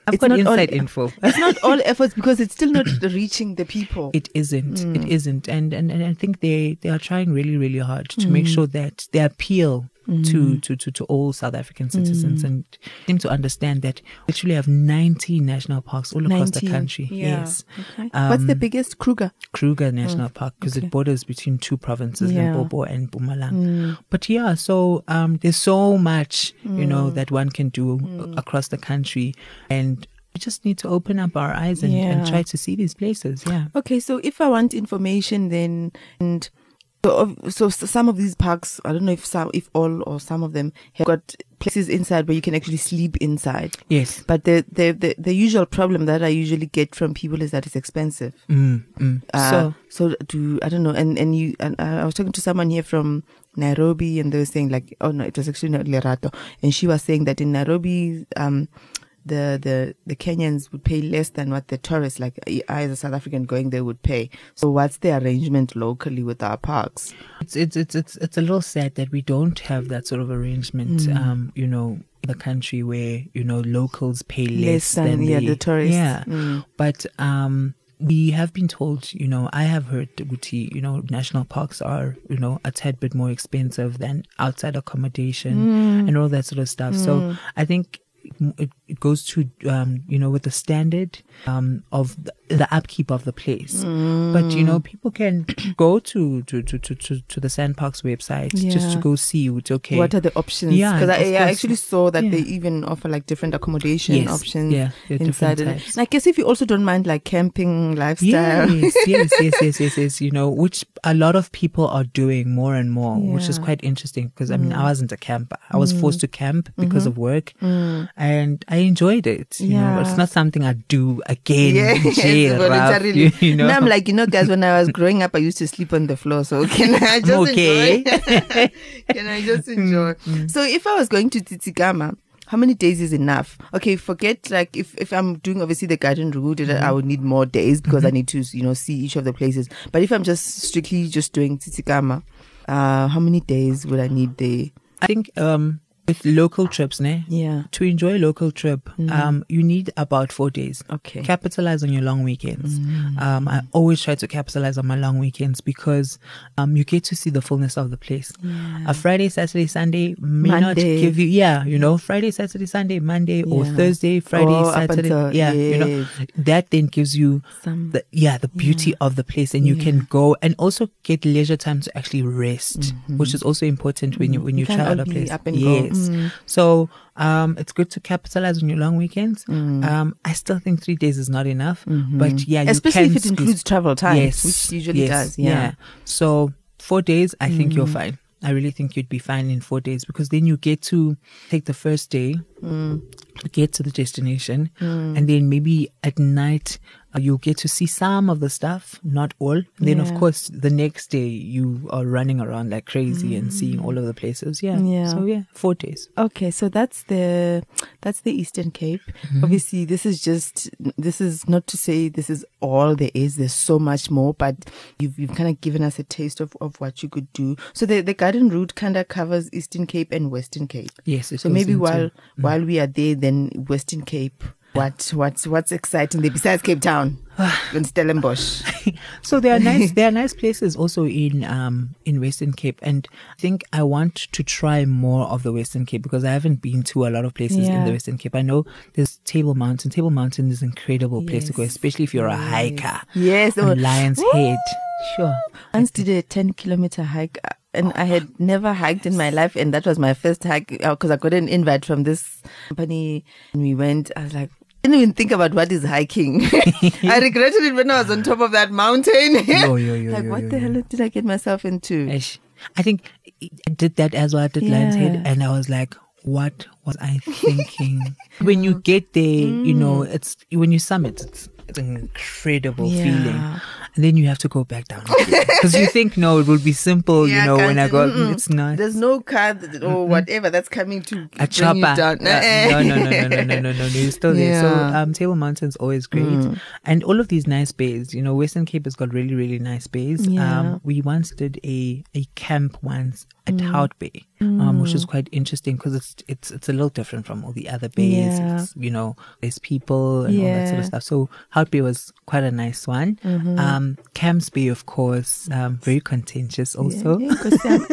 Speaker 2: I've
Speaker 1: It's
Speaker 2: got
Speaker 1: not all-
Speaker 2: inside info.
Speaker 1: it's not all efforts because it's still not reaching the people.
Speaker 2: It isn't.
Speaker 1: Hmm.
Speaker 2: It isn't. And, and and I think they they are trying really really hard to make
Speaker 1: Hmm.
Speaker 2: sure that they appeal to, to to to all South African
Speaker 1: Hmm.
Speaker 2: citizens and seem to understand that we actually have 19 national parks all across the
Speaker 1: 19,
Speaker 2: country.
Speaker 1: yeah,
Speaker 2: Yes.
Speaker 1: okay. What's the
Speaker 2: Um,
Speaker 1: biggest Kruger?
Speaker 2: Kruger National Park because
Speaker 1: okay.
Speaker 2: it borders between two provinces,
Speaker 1: Yeah. Hmm.
Speaker 2: Limpopo and Bumalang. But yeah, so um, there's so much you know
Speaker 1: Hmm.
Speaker 2: that one can do a- across the country, and we just need to open up our eyes and, and
Speaker 1: Yeah.
Speaker 2: try to see these places. Yeah.
Speaker 1: Okay, so if I want information, then and so of- so s- some of these parks, I don't know if some, if all or some of them have got places inside where you can actually sleep inside.
Speaker 2: Yes.
Speaker 1: But the the the, the usual problem that I usually get from people is that it's expensive.
Speaker 2: Mm, mm.
Speaker 1: Uh,
Speaker 2: so
Speaker 1: so do I don't know. And and you and I I was talking to someone here from Nairobi, and they were saying like, oh no, it was actually not Lerato, and she was saying that in Nairobi, um, the the the Kenyans would pay less than what the tourists, like I I as a South African going there, would pay. So what's the arrangement locally with our parks?
Speaker 2: it's it's it's it's it's a little sad that we don't have that sort of arrangement.
Speaker 1: Mm.
Speaker 2: Um, you know, in the country where you know locals pay less,
Speaker 1: Less than, yeah,
Speaker 2: they-
Speaker 1: the tourists.
Speaker 2: Yeah,
Speaker 1: Mm.
Speaker 2: but um. We have been told, you know, I have heard, Guti, you know, national parks are, you know, a tad bit more expensive than outside
Speaker 1: Mm.
Speaker 2: accommodation and all that sort of stuff. So I think it, it goes to, um, you know, with the standard um, of the, the upkeep of the
Speaker 1: Mm.
Speaker 2: place. But, you know, people can go to, to, to, to, to, to the Sandparks website just to
Speaker 1: Yeah.
Speaker 2: go see it's okay.
Speaker 1: What are the options?
Speaker 2: Yeah,
Speaker 1: because I,
Speaker 2: of
Speaker 1: yeah, I
Speaker 2: course.
Speaker 1: actually saw that
Speaker 2: Yeah.
Speaker 1: they even offer like different accommodation
Speaker 2: Yes,
Speaker 1: options
Speaker 2: yeah, there are
Speaker 1: inside.
Speaker 2: different
Speaker 1: And,
Speaker 2: types.
Speaker 1: and I guess if you also don't mind like camping lifestyle,
Speaker 2: Yes, yes, yes, yes, yes, yes. You know, which a lot of people are doing more and more, which is
Speaker 1: Yeah. Mm.
Speaker 2: quite interesting because I mean, I wasn't a camper. I was forced to camp because
Speaker 1: Mm-hmm.
Speaker 2: of work and I enjoyed it. You know,
Speaker 1: Mm. Yeah.
Speaker 2: it's not something I do again.
Speaker 1: Yes,
Speaker 2: Jay, Ralph,
Speaker 1: voluntarily.
Speaker 2: you- you know?
Speaker 1: Now I'm like, you know, guys, when I was growing up, I used to sleep on the floor. So can I just
Speaker 2: okay. Mm,
Speaker 1: enjoy? can I just enjoy? So if I was going to Titigama, how many days is enough? Okay, forget like if, if I'm doing obviously the garden route, that
Speaker 2: Mm-hmm.
Speaker 1: I would need more days because I need to you know see each of the places. But if I'm just strictly just doing Titigama, uh, how many days would I need there?
Speaker 2: I think um, with local trips, ne?
Speaker 1: Yeah.
Speaker 2: To enjoy a local trip, um, you need about four days.
Speaker 1: Mm-hmm. Okay. Mm.
Speaker 2: Capitalize on your long weekends. Um, I always try to capitalize on my long weekends because um, you get to see the fullness of the place. A Friday, Saturday, Sunday may
Speaker 1: Monday.
Speaker 2: not give you, yeah, you know, Friday, Saturday, Sunday, Monday, or
Speaker 1: Yeah.
Speaker 2: Thursday, Friday,
Speaker 1: Oh, up
Speaker 2: Saturday.
Speaker 1: until-
Speaker 2: yeah, you know, that then gives you
Speaker 1: Some-
Speaker 2: the, yeah, the beauty of the place, and you can go and also get leisure time to actually rest, which is also important when you when you
Speaker 1: Mm-hmm. You can't
Speaker 2: travel
Speaker 1: all
Speaker 2: a
Speaker 1: be
Speaker 2: place.
Speaker 1: up and go. Mm.
Speaker 2: yes, So um, it's good to capitalize on your long weekends.
Speaker 1: Mm.
Speaker 2: Um, I still think three days is not enough, but yeah, you
Speaker 1: Mm-hmm. Especially
Speaker 2: can
Speaker 1: if it
Speaker 2: squeeze-
Speaker 1: includes travel time,
Speaker 2: yes,
Speaker 1: which usually
Speaker 2: yes,
Speaker 1: does. Yeah. Mm.
Speaker 2: So four days, I think you're fine. I really think you'd be fine in four days because then you get to take the first day,
Speaker 1: Mm.
Speaker 2: get to the destination, and then maybe at night uh, you'll get to see some of the stuff, not all. Then of
Speaker 1: Yeah.
Speaker 2: course the next day you are running around like crazy and seeing all of the places. Yeah.
Speaker 1: Mm. Yeah.
Speaker 2: So yeah, four days.
Speaker 1: Okay, so that's the that's the Eastern Cape.
Speaker 2: Mm-hmm.
Speaker 1: Obviously, this is just this is not to say this is all there is. There's so much more, but you've you've kind of given us a taste of, of what you could do. So the the garden route kind of covers Eastern Cape and Western Cape.
Speaker 2: Yes. it
Speaker 1: so
Speaker 2: goes
Speaker 1: maybe
Speaker 2: into- Mm.
Speaker 1: while while we are there, then Western Cape. What what's what's exciting there besides Cape Town and Stellenbosch?
Speaker 2: So there are nice there are nice places also in um in Western Cape and I think I want to try more of the Western Cape because I haven't been to a lot of places in
Speaker 1: Yeah.
Speaker 2: the Western Cape. I know there's Table Mountain. Table Mountain is an incredible place to go,
Speaker 1: Yes.
Speaker 2: especially if you're a hiker.
Speaker 1: Yes,
Speaker 2: On
Speaker 1: oh,
Speaker 2: Lion's Head. Sure.
Speaker 1: once did a 10 kilometer hike uh, and I had never hiked in my life and that was my first hike because I got an invite from this company and we went I was like didn't even think about what is hiking. I regretted it when I was on top of that mountain.
Speaker 2: Yo, yo, yo,
Speaker 1: like
Speaker 2: yo,
Speaker 1: what
Speaker 2: yo,
Speaker 1: the
Speaker 2: yo.
Speaker 1: hell did I get myself into?
Speaker 2: Ish. I think I did that as well. I did Lion's Head,
Speaker 1: Yeah.
Speaker 2: and I was like, "What was I thinking?" Mm. when you get there, you know, it's when you summit, it's, it's an incredible
Speaker 1: Yeah.
Speaker 2: feeling, and then you have to go back down because you think, "No, it will be simple,"
Speaker 1: Yeah,
Speaker 2: you know. When I
Speaker 1: can't-
Speaker 2: go,
Speaker 1: mm-mm.
Speaker 2: it's not
Speaker 1: There's no car th- or whatever that's coming to
Speaker 2: a
Speaker 1: bring you
Speaker 2: chopper.
Speaker 1: down.
Speaker 2: Yeah, no, no, no, no, no, no, no, no. You're still there. So,
Speaker 1: Yeah. Hmm.
Speaker 2: um, Table Mountain's always great, and all of these nice bays. You know, Western Cape has got really, really nice bays.
Speaker 1: Yeah. Hmm.
Speaker 2: Um, we once did a a camp once at Hout Bay, um, which is quite interesting because it's it's it's a little different from all the other bays.
Speaker 1: Yeah.
Speaker 2: It's, you know, there's people and all that sort of
Speaker 1: Yeah. Mm-hmm.
Speaker 2: stuff. So Hout Bay was quite a nice one. Um, Camps Bay, of course, um, very contentious also.
Speaker 1: Yeah, because, um,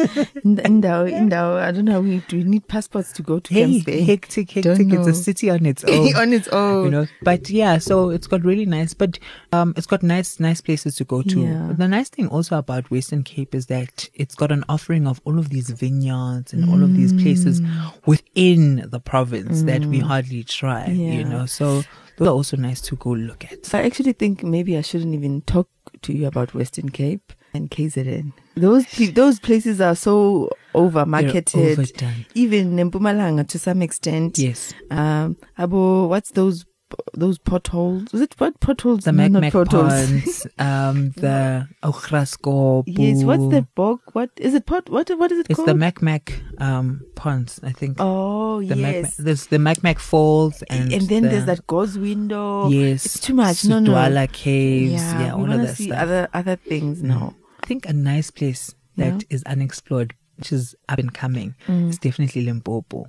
Speaker 1: in- in Dao- in Dao, I don't know. We, do we need passports to go to
Speaker 2: Hey,
Speaker 1: Camps Bay?
Speaker 2: hectic,
Speaker 1: Don't
Speaker 2: hectic! It's a
Speaker 1: know.
Speaker 2: city on its own.
Speaker 1: on its own.
Speaker 2: you know but yeah so it's got really nice but um it's got nice nice places to go to
Speaker 1: Yeah.
Speaker 2: the nice thing also about western cape is that it's got an offering of all of these vineyards and all of these places
Speaker 1: Mm.
Speaker 2: within the province that we hardly try you
Speaker 1: Yeah.
Speaker 2: know so those are also nice to go look at
Speaker 1: I actually think maybe I shouldn't even talk to you about Western Cape and KZN. Those pe- those places are so over marketed.
Speaker 2: overdone.
Speaker 1: Even Mpumalanga to some extent.
Speaker 2: yes
Speaker 1: Um, Abo, what's those those potholes? Is it what potholes?
Speaker 2: the
Speaker 1: No,
Speaker 2: Mac
Speaker 1: not
Speaker 2: Mac ponds, um, the Ograsco.
Speaker 1: yes. What's the bog? What is it? Pot? What? What is it
Speaker 2: It's
Speaker 1: called?
Speaker 2: the Mac Mac um, ponds, I think.
Speaker 1: oh
Speaker 2: the Mac Mac,
Speaker 1: yes.
Speaker 2: there's the Mac Mac Falls, and,
Speaker 1: and, then
Speaker 2: the-
Speaker 1: there's that ghost window.
Speaker 2: Yes,
Speaker 1: It's too much. No, no.
Speaker 2: Sudwala caves, yeah,
Speaker 1: yeah, we
Speaker 2: all of
Speaker 1: wanna
Speaker 2: that
Speaker 1: see
Speaker 2: stuff.
Speaker 1: other other things now.
Speaker 2: I think a nice place that is unexplored, which is up and coming,
Speaker 1: Mm.
Speaker 2: is definitely Limpopo.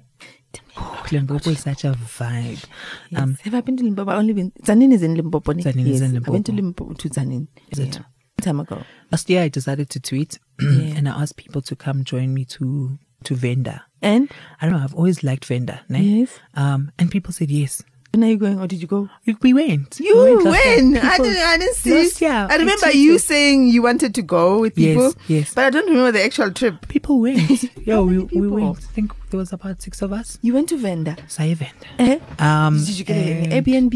Speaker 2: Oh, Limpopo is such a vibe.
Speaker 1: Yes.
Speaker 2: Um,
Speaker 1: Have I been to Limpopo? I've only been Zanin is in Limpopo. ne?
Speaker 2: Tzaneen
Speaker 1: Yes,
Speaker 2: is in
Speaker 1: I went to
Speaker 2: Limpopo.
Speaker 1: Limpopo to Zanin.
Speaker 2: Is it?
Speaker 1: Yeah. Time ago.
Speaker 2: last year, I decided to tweet,
Speaker 1: Yeah.
Speaker 2: and I asked people to come join me to to Venda.
Speaker 1: And
Speaker 2: I don't know. I've always liked Venda, ne?
Speaker 1: Yes.
Speaker 2: Um, and people said yes.
Speaker 1: when are you going or did you go?
Speaker 2: We, we went. We
Speaker 1: You
Speaker 2: went last year.
Speaker 1: when? I
Speaker 2: People-
Speaker 1: didn't I didn't see
Speaker 2: Last year,
Speaker 1: I remember
Speaker 2: tweeted.
Speaker 1: you saying you wanted to go with
Speaker 2: Yes,
Speaker 1: people.
Speaker 2: yes.
Speaker 1: But I don't remember the actual trip.
Speaker 2: People went. Yeah,
Speaker 1: How
Speaker 2: we,
Speaker 1: many
Speaker 2: we
Speaker 1: people?
Speaker 2: went. I think there was about six of us.
Speaker 1: You went to Venda.
Speaker 2: Saya Venda.
Speaker 1: Eh?
Speaker 2: Um,
Speaker 1: Did you get an
Speaker 2: and
Speaker 1: Airbnb?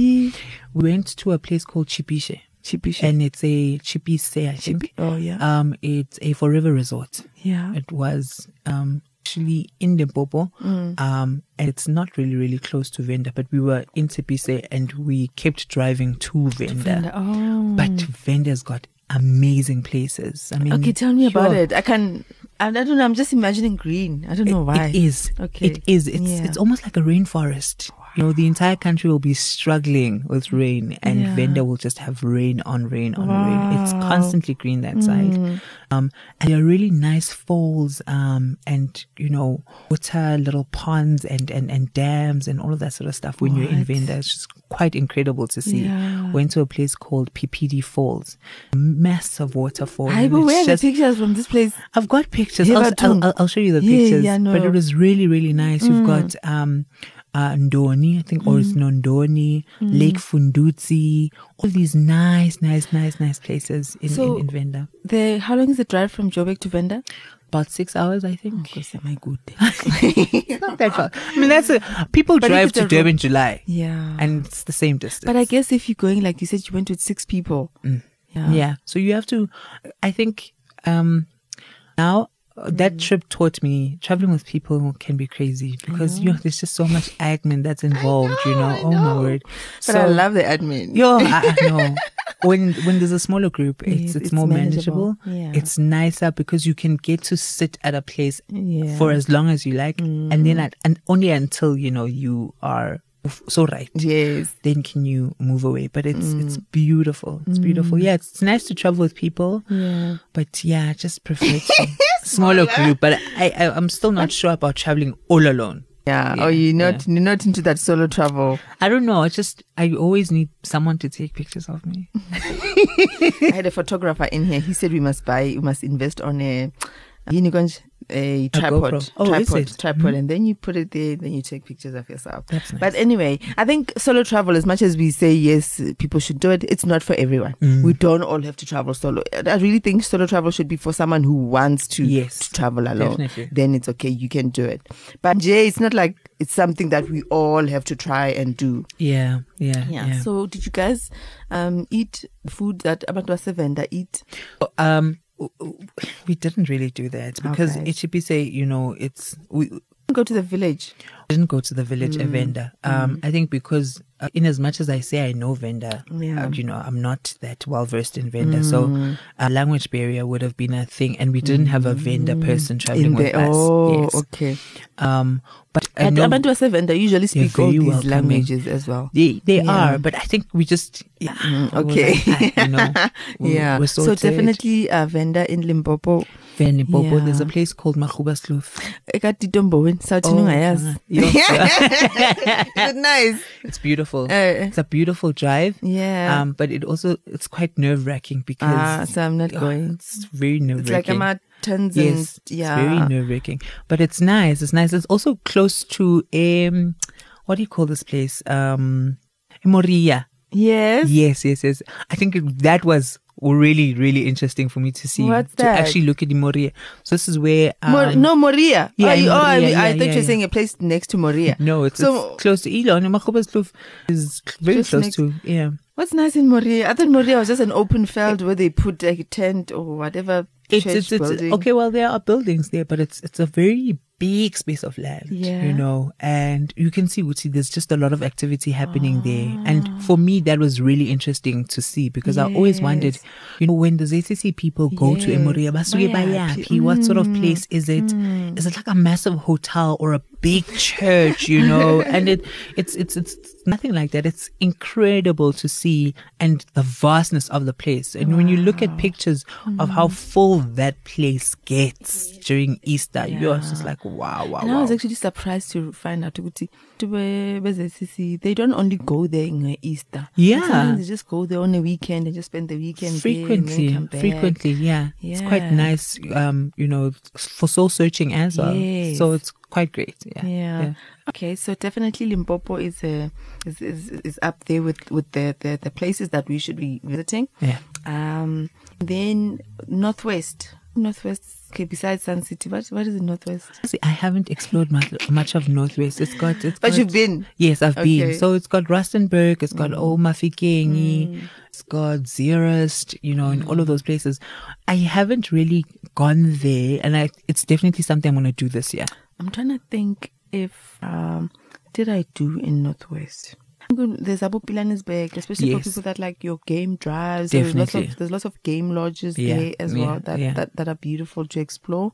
Speaker 2: We went to a place called Chipishe,
Speaker 1: Chipisha.
Speaker 2: and it's a Chipise, I think.
Speaker 1: Oh yeah.
Speaker 2: Um, it's a forever resort.
Speaker 1: yeah.
Speaker 2: It was um actually in Limpopo,
Speaker 1: Mm.
Speaker 2: um, and it's not really really close to Venda, but we were in Chipise and we kept driving to Venda.
Speaker 1: Venda. Oh.
Speaker 2: But Venda's got amazing places. I mean,
Speaker 1: Okay, tell me about
Speaker 2: sure.
Speaker 1: it. I can I I don't know, I'm just imagining green. I don't know why.
Speaker 2: It is.
Speaker 1: Okay.
Speaker 2: It is. It's
Speaker 1: Yeah.
Speaker 2: it's almost like a rainforest. You know, the entire country will be struggling with rain, and
Speaker 1: Yeah.
Speaker 2: Venda will just have rain on rain on rain. It's
Speaker 1: Wow. Mm.
Speaker 2: constantly green that side. Um, and there are really nice falls, um, and you know, water, little ponds, and and and dams, and all of that sort of stuff. When you're in
Speaker 1: What?
Speaker 2: Venda, it's just quite incredible to see.
Speaker 1: Yeah.
Speaker 2: Went to a place called PPD Falls, massive waterfall.
Speaker 1: I
Speaker 2: and
Speaker 1: but
Speaker 2: it's
Speaker 1: where are the
Speaker 2: just-
Speaker 1: pictures from this place?
Speaker 2: I've got pictures.
Speaker 1: Yeah,
Speaker 2: I'll,
Speaker 1: but
Speaker 2: I'll,
Speaker 1: don't-
Speaker 2: I'll- I'll show you the
Speaker 1: Yeah,
Speaker 2: pictures.
Speaker 1: yeah, Mm.
Speaker 2: But it
Speaker 1: no.
Speaker 2: was really, really nice. You've got um, uh, Ndoni, I think, or it's
Speaker 1: Mm.
Speaker 2: Nondoni, Lake Funduzi, all these nice, nice, nice, nice places in,
Speaker 1: So-
Speaker 2: in, in Venda.
Speaker 1: The how long is the drive from Joburg to Venda?
Speaker 2: about six hours, I think.
Speaker 1: Because am I good?
Speaker 2: Not that far. I mean, that's it. People
Speaker 1: But if
Speaker 2: drive
Speaker 1: it's
Speaker 2: to
Speaker 1: a road-
Speaker 2: Durban, July,
Speaker 1: yeah.
Speaker 2: and it's the same distance.
Speaker 1: but I guess if you're going, like you said, you went with six people. Mm. Yeah.
Speaker 2: yeah so you have to i think um now uh,
Speaker 1: Mm.
Speaker 2: that trip taught me traveling with people can be crazy because you know there's just so much admin that's involved you know, oh my word
Speaker 1: But I love the admin.
Speaker 2: yo I, I know when when there's a smaller group it's
Speaker 1: Yes,
Speaker 2: it's,
Speaker 1: it's
Speaker 2: more
Speaker 1: manageable. Yeah.
Speaker 2: manageable, it's nicer because you can get to sit at a place
Speaker 1: Yeah. Mm.
Speaker 2: for as long as you like and then at, and only until you know you are f- so right
Speaker 1: Yes.
Speaker 2: then can you move away but it's it's beautiful it's beautiful yeah it's, it's nice to travel with people
Speaker 1: Yeah.
Speaker 2: but Mm. yeah I just prefer to smaller group but I, I i'm still not sure about traveling all alone
Speaker 1: Yeah.
Speaker 2: Yeah,
Speaker 1: Or you're Oh, not you're not into that solo travel.
Speaker 2: i don't know i just i always need someone to take pictures of me
Speaker 1: I had a photographer in here. He said we must buy, we must invest on a yini konje, a tripod,
Speaker 2: GoPro. Oh, is
Speaker 1: tripod,
Speaker 2: it?
Speaker 1: tripod, and then you put it there. Then you take pictures of yourself.
Speaker 2: That's nice.
Speaker 1: But anyway, I think solo travel, as much as we say yes, people should do it, it's not for everyone.
Speaker 2: Mm.
Speaker 1: We don't all have to travel solo. I really think solo travel should be for someone who wants to,
Speaker 2: Yes.
Speaker 1: to travel alone.
Speaker 2: Definitely.
Speaker 1: Then it's okay, you can do it. But Jay, it's not like it's something that we all have to try and do.
Speaker 2: yeah yeah
Speaker 1: Yeah.
Speaker 2: yeah,
Speaker 1: So, did you guys um, eat food that Abantwa Sevenda eat?
Speaker 2: um w- w- we didn't really do that because
Speaker 1: Okay.
Speaker 2: okay. HPC, you know, it's we
Speaker 1: go to the village.
Speaker 2: didn't go to the village
Speaker 1: Mm.
Speaker 2: a vendor. Um, I think because uh, in as much as I say I know vendor,
Speaker 1: Yeah. Mm.
Speaker 2: uh, you know, I'm not that well versed in vendor. So a language barrier would have been a thing, and we didn't have a vendor person traveling
Speaker 1: Mm. In
Speaker 2: with
Speaker 1: the,
Speaker 2: us.
Speaker 1: oh,
Speaker 2: yes.
Speaker 1: okay.
Speaker 2: Um, but I
Speaker 1: And
Speaker 2: know
Speaker 1: Abantu Asevenda usually
Speaker 2: They're
Speaker 1: speak all
Speaker 2: very
Speaker 1: these
Speaker 2: welcoming.
Speaker 1: languages as well.
Speaker 2: they they
Speaker 1: Yeah. Mm,
Speaker 2: are, but I think we just yeah, we were
Speaker 1: okay.
Speaker 2: like, ah, you know, we-
Speaker 1: yeah.
Speaker 2: we're
Speaker 1: so
Speaker 2: sorted.
Speaker 1: definitely a vendor in Limpopo.
Speaker 2: Van Limpopo,
Speaker 1: Yeah.
Speaker 2: There's a place called Mahuba Sloof.
Speaker 1: Ekatitomboweni, South
Speaker 2: Oh,
Speaker 1: Nungayazi.
Speaker 2: yeah.
Speaker 1: Is it nice?
Speaker 2: It's beautiful.
Speaker 1: Eh.
Speaker 2: it's a beautiful drive.
Speaker 1: Yeah.
Speaker 2: Um, but it also it's quite nerve wracking because
Speaker 1: ah, so I'm not
Speaker 2: Oh,
Speaker 1: going.
Speaker 2: It's very nerve
Speaker 1: It's
Speaker 2: wracking.
Speaker 1: like I'm at Tanzans.
Speaker 2: yes,
Speaker 1: yeah.
Speaker 2: it's very nerve wracking. But it's nice. It's nice. It's also close to um, what do you call this place? Um, Moria.
Speaker 1: yes.
Speaker 2: Yes, yes, yes. I think it- that was really, really interesting for me to see
Speaker 1: What's
Speaker 2: to
Speaker 1: that?
Speaker 2: actually look at Moria. So this is where um,
Speaker 1: Mor- no, Moria.
Speaker 2: yeah,
Speaker 1: oh, you- oh, I,
Speaker 2: Moria,
Speaker 1: I
Speaker 2: yeah,
Speaker 1: thought you
Speaker 2: yeah,
Speaker 1: were saying a place next to Moria.
Speaker 2: no, it's,
Speaker 1: So-
Speaker 2: it's close to Elon. Makhubaslof is cl- very
Speaker 1: Just
Speaker 2: close
Speaker 1: next-
Speaker 2: to yeah.
Speaker 1: What's nice in Moria? I thought Moria was just an open field where they put like a tent or whatever
Speaker 2: It's,
Speaker 1: church
Speaker 2: it's, it's
Speaker 1: building.
Speaker 2: okay. Well, there are buildings there, but it's it's a very big space of land,
Speaker 1: Yeah.
Speaker 2: you know, and you can see Wuti. There's just a lot of activity happening there,
Speaker 1: Ah.
Speaker 2: and for me, that was really interesting to see because I always wondered, you know, when the ZCC people go to
Speaker 1: Yes.
Speaker 2: Emoria, basuke
Speaker 1: Bayaphi.
Speaker 2: bayaphi? what sort of
Speaker 1: Hmm.
Speaker 2: place is it? Is it like a massive hotel or a big church, you know? and it it's it's it's nothing like that. It's incredible to see and the vastness of the place. And when you look at pictures of how
Speaker 1: Hmm.
Speaker 2: full that place gets during Easter, you're just like wow, wow,
Speaker 1: And I
Speaker 2: wow.
Speaker 1: was actually surprised to find out ukuthi to be- beZCC, they don't only go there in uh, Easter.
Speaker 2: Yeah.
Speaker 1: Sometimes they just go there on a weekend and just spend the weekend there and then
Speaker 2: frequently
Speaker 1: come back.
Speaker 2: frequently yeah. it's quite
Speaker 1: Yeah.
Speaker 2: nice um you know for soul searching as well
Speaker 1: Yes.
Speaker 2: so it's quite great yeah
Speaker 1: Yeah. Okay, so definitely Limpopo is uh, is, is is up there with with the, the the places that we should be visiting.
Speaker 2: Yeah.
Speaker 1: Um. Then northwest, northwest. Okay, besides Sun City, what what is the northwest?
Speaker 2: See, I haven't explored much, much of Northwest. It's got, it's
Speaker 1: But
Speaker 2: got-
Speaker 1: you've been.
Speaker 2: Yes, I've
Speaker 1: Okay. Mm.
Speaker 2: been. So it's got Rustenburg, it's got Old Mafikeni, it's got Zerust, you know, and all
Speaker 1: Mm.
Speaker 2: of those places. I haven't really gone there, and I, it's definitely something I'm going to do this year.
Speaker 1: I'm trying to think if um did I do in Northwest. I'm gonna- There's Abu Pilanesberg, especially for
Speaker 2: Yes.
Speaker 1: people that like your game drives. There's lots of
Speaker 2: Definitely.
Speaker 1: there's lots of game lodges
Speaker 2: Yeah,
Speaker 1: there as
Speaker 2: yeah,
Speaker 1: well that,
Speaker 2: yeah. Mm-hmm.
Speaker 1: that that are beautiful to explore.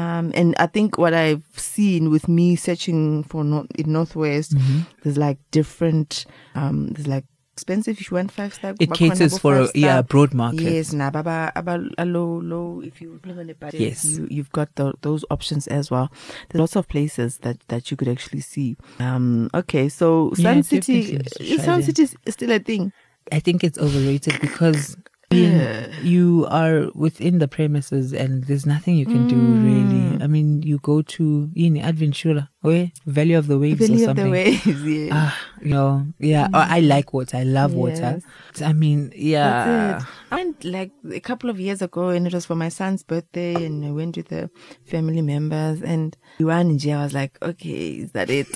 Speaker 1: Um, and I think what I've seen with me searching for North, in Northwest,
Speaker 2: Mm-hmm.
Speaker 1: there's like different. Um, there's like expensive if you want five star.
Speaker 2: It
Speaker 1: bakhona
Speaker 2: caters
Speaker 1: abo
Speaker 2: for a-
Speaker 1: five star.
Speaker 2: yeah, broad market.
Speaker 1: Yes, na baba aba a low low if you live on a budget.
Speaker 2: Yes.
Speaker 1: you you, have got tho- those options as well. There's lots of places that, that you could actually see. Um, okay, so Sun
Speaker 2: Yeah,
Speaker 1: City,
Speaker 2: definitely should try
Speaker 1: Sun
Speaker 2: them.
Speaker 1: City is still a thing.
Speaker 2: I think it's overrated because
Speaker 1: Mm.
Speaker 2: I mean, you are within the premises and there's nothing you can do really. I mean, you go to in Adventura, where Valley of the Waves or
Speaker 1: Valley of
Speaker 2: something.
Speaker 1: the waves, yeah.
Speaker 2: Ah, you know, yeah. Oh, I
Speaker 1: Mm.
Speaker 2: like water. I love water. I mean, yeah.
Speaker 1: That's it. I went like a couple of years ago, and it was for my son's birthday, and I went with the family members. And Yuan I was like, okay, is that it?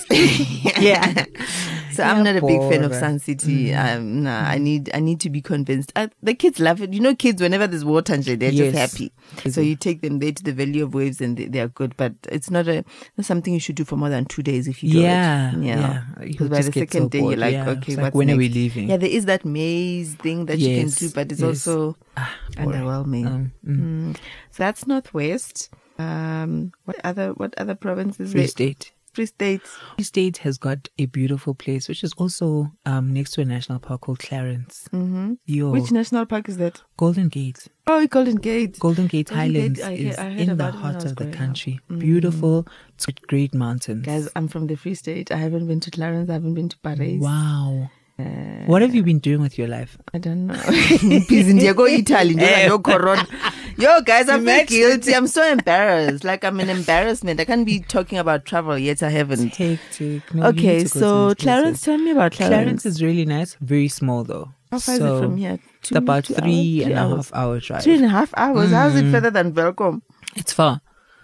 Speaker 1: yeah. So I'm
Speaker 2: Yeah, Mm.
Speaker 1: not a big fan of
Speaker 2: bora.
Speaker 1: Sun City. Um, nah, I need I need to be convinced. Uh, the kids love it. You know, kids whenever there's water, and shit, they're
Speaker 2: Yes.
Speaker 1: just happy. So you take them there to the Valley of Waves, and they, they are good. But it's not a not something you should do for more than two days if you do
Speaker 2: Yeah,
Speaker 1: it.
Speaker 2: yeah. You
Speaker 1: Because by
Speaker 2: just
Speaker 1: the
Speaker 2: get
Speaker 1: second
Speaker 2: so
Speaker 1: day,
Speaker 2: bored.
Speaker 1: you're like,
Speaker 2: Yeah.
Speaker 1: okay,
Speaker 2: It's like,
Speaker 1: what's
Speaker 2: when are we
Speaker 1: next?
Speaker 2: leaving?
Speaker 1: Yeah, there is that maze thing that you can
Speaker 2: Yes,
Speaker 1: do, but it's
Speaker 2: yes. Ah, Um,
Speaker 1: also underwhelming. Mm. So that's northwest. Um, what other what other provinces?
Speaker 2: Free
Speaker 1: Wait,
Speaker 2: State.
Speaker 1: Free State.
Speaker 2: Free State has got a beautiful place, which is also um, next to a national park called Clarence. Mm-hmm. Yo,
Speaker 1: Which national park is that?
Speaker 2: Golden Gate.
Speaker 1: Oh, Golden Gate.
Speaker 2: Golden Gate
Speaker 1: Golden
Speaker 2: Highlands
Speaker 1: Gate, I hear-
Speaker 2: is
Speaker 1: I heard
Speaker 2: in the
Speaker 1: about it when I
Speaker 2: heart
Speaker 1: was
Speaker 2: of the
Speaker 1: growing up. Mm.
Speaker 2: country. Beautiful. It's got great mountains.
Speaker 1: Guys, I'm from the Free State. I haven't been to Clarence. I haven't been to Paris.
Speaker 2: wow. what have you been doing with your life?
Speaker 1: I don't know. Please, India, go Italy. Njoba No corona. Yo, guys, I'm feel guilty. I'm so embarrassed. Like I'm an embarrassment. I can't be talking about travel yet. I haven't.
Speaker 2: Hectic. No, Oh, you need
Speaker 1: Okay,
Speaker 2: to go to
Speaker 1: so
Speaker 2: these places.
Speaker 1: Clarence, tell me about Clarence.
Speaker 2: Clarence is really nice. Very small though.
Speaker 1: How far
Speaker 2: So,
Speaker 1: is it from here?
Speaker 2: It's about
Speaker 1: two hours,
Speaker 2: three and a half Mm.
Speaker 1: hours.
Speaker 2: hour drive.
Speaker 1: Three and a half hours. How is it further than Velcom?
Speaker 2: It's far.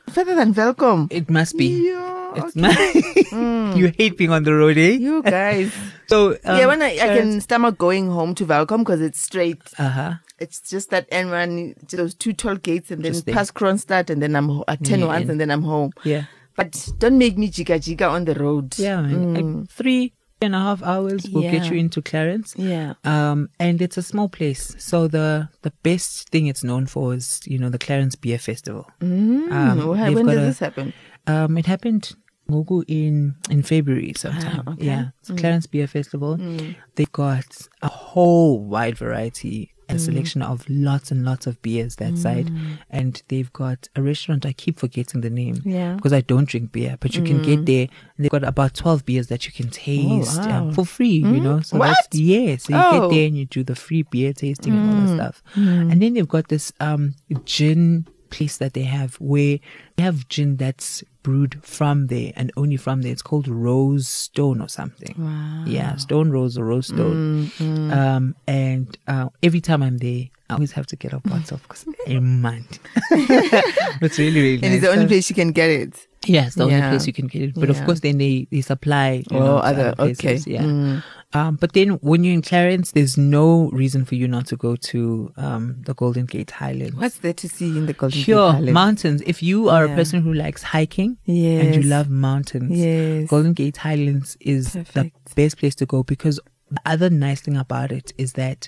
Speaker 1: Further than Velcom.
Speaker 2: It must be.
Speaker 1: Yeah,
Speaker 2: It's
Speaker 1: okay.
Speaker 2: not- you hate being on the road, eh?
Speaker 1: Mm. you guys.
Speaker 2: so um,
Speaker 1: yeah, when I, I can stomach going home to Velcom because it's straight.
Speaker 2: Uh huh.
Speaker 1: It's just that N1, those two toll gates, and then
Speaker 2: Just there.
Speaker 1: past Kronstadt, and then I'm ho- at 10
Speaker 2: Yeah,
Speaker 1: once,
Speaker 2: and-
Speaker 1: and then I'm home.
Speaker 2: Yeah.
Speaker 1: But don't make me jigga jigga on the road.
Speaker 2: Yeah, man. Like three and a half hours will get
Speaker 1: Mm. Yeah.
Speaker 2: you into Clarence.
Speaker 1: Yeah.
Speaker 2: Um, and it's a small place. So the the best thing it's known for is you know the Clarence Beer Festival. Mm,
Speaker 1: Hmm, wh- when does this happen?
Speaker 2: Um, it happened Ngoku in in February sometime.
Speaker 1: Ah, okay. Mm.
Speaker 2: Yeah, it's Clarence Beer Festival. They've got a whole wide variety
Speaker 1: Mm.
Speaker 2: and selection of lots and lots of beers that side, and they've got a restaurant. I keep forgetting the name.
Speaker 1: Yeah. Mm.
Speaker 2: because I don't drink beer, but you can get there. And they've got about twelve beers that you can taste
Speaker 1: Oh,
Speaker 2: yeah,
Speaker 1: wow. Hmm?
Speaker 2: for free. You know, so that's
Speaker 1: What?
Speaker 2: yeah. So you
Speaker 1: Oh. Mm.
Speaker 2: get there and you do the free beer tasting and all that stuff. And then they've got this um gin place that they have where they have gin that's brewed from there and only from there. It's called Rose Stone or something.
Speaker 1: Wow. Mm,
Speaker 2: Yeah, Stone Rose or Rose Stone. Um, and uh, every time I'm there, I always have to get a bottle because I'm mad. it's really, really
Speaker 1: And
Speaker 2: nice.
Speaker 1: it's the only
Speaker 2: So-
Speaker 1: place you can get it.
Speaker 2: yeah, it's the only
Speaker 1: Yeah.
Speaker 2: place you can get it. But of
Speaker 1: Yeah.
Speaker 2: course, then they, they supply. You
Speaker 1: Oh,
Speaker 2: know, to
Speaker 1: other-
Speaker 2: places.
Speaker 1: okay. Mm.
Speaker 2: Yeah. Um, but then when you're in Clarence, there's no reason for you not to go to um, the Golden Gate Highlands.
Speaker 1: What's there to see in the Golden
Speaker 2: Sure,
Speaker 1: Gate Highlands?
Speaker 2: mountains. If you are a
Speaker 1: Yeah.
Speaker 2: person who likes hiking and you
Speaker 1: Yes.
Speaker 2: love mountains,
Speaker 1: Yes.
Speaker 2: Golden Gate Highlands is the
Speaker 1: Perfect.
Speaker 2: best place to go because the other nice thing about it is that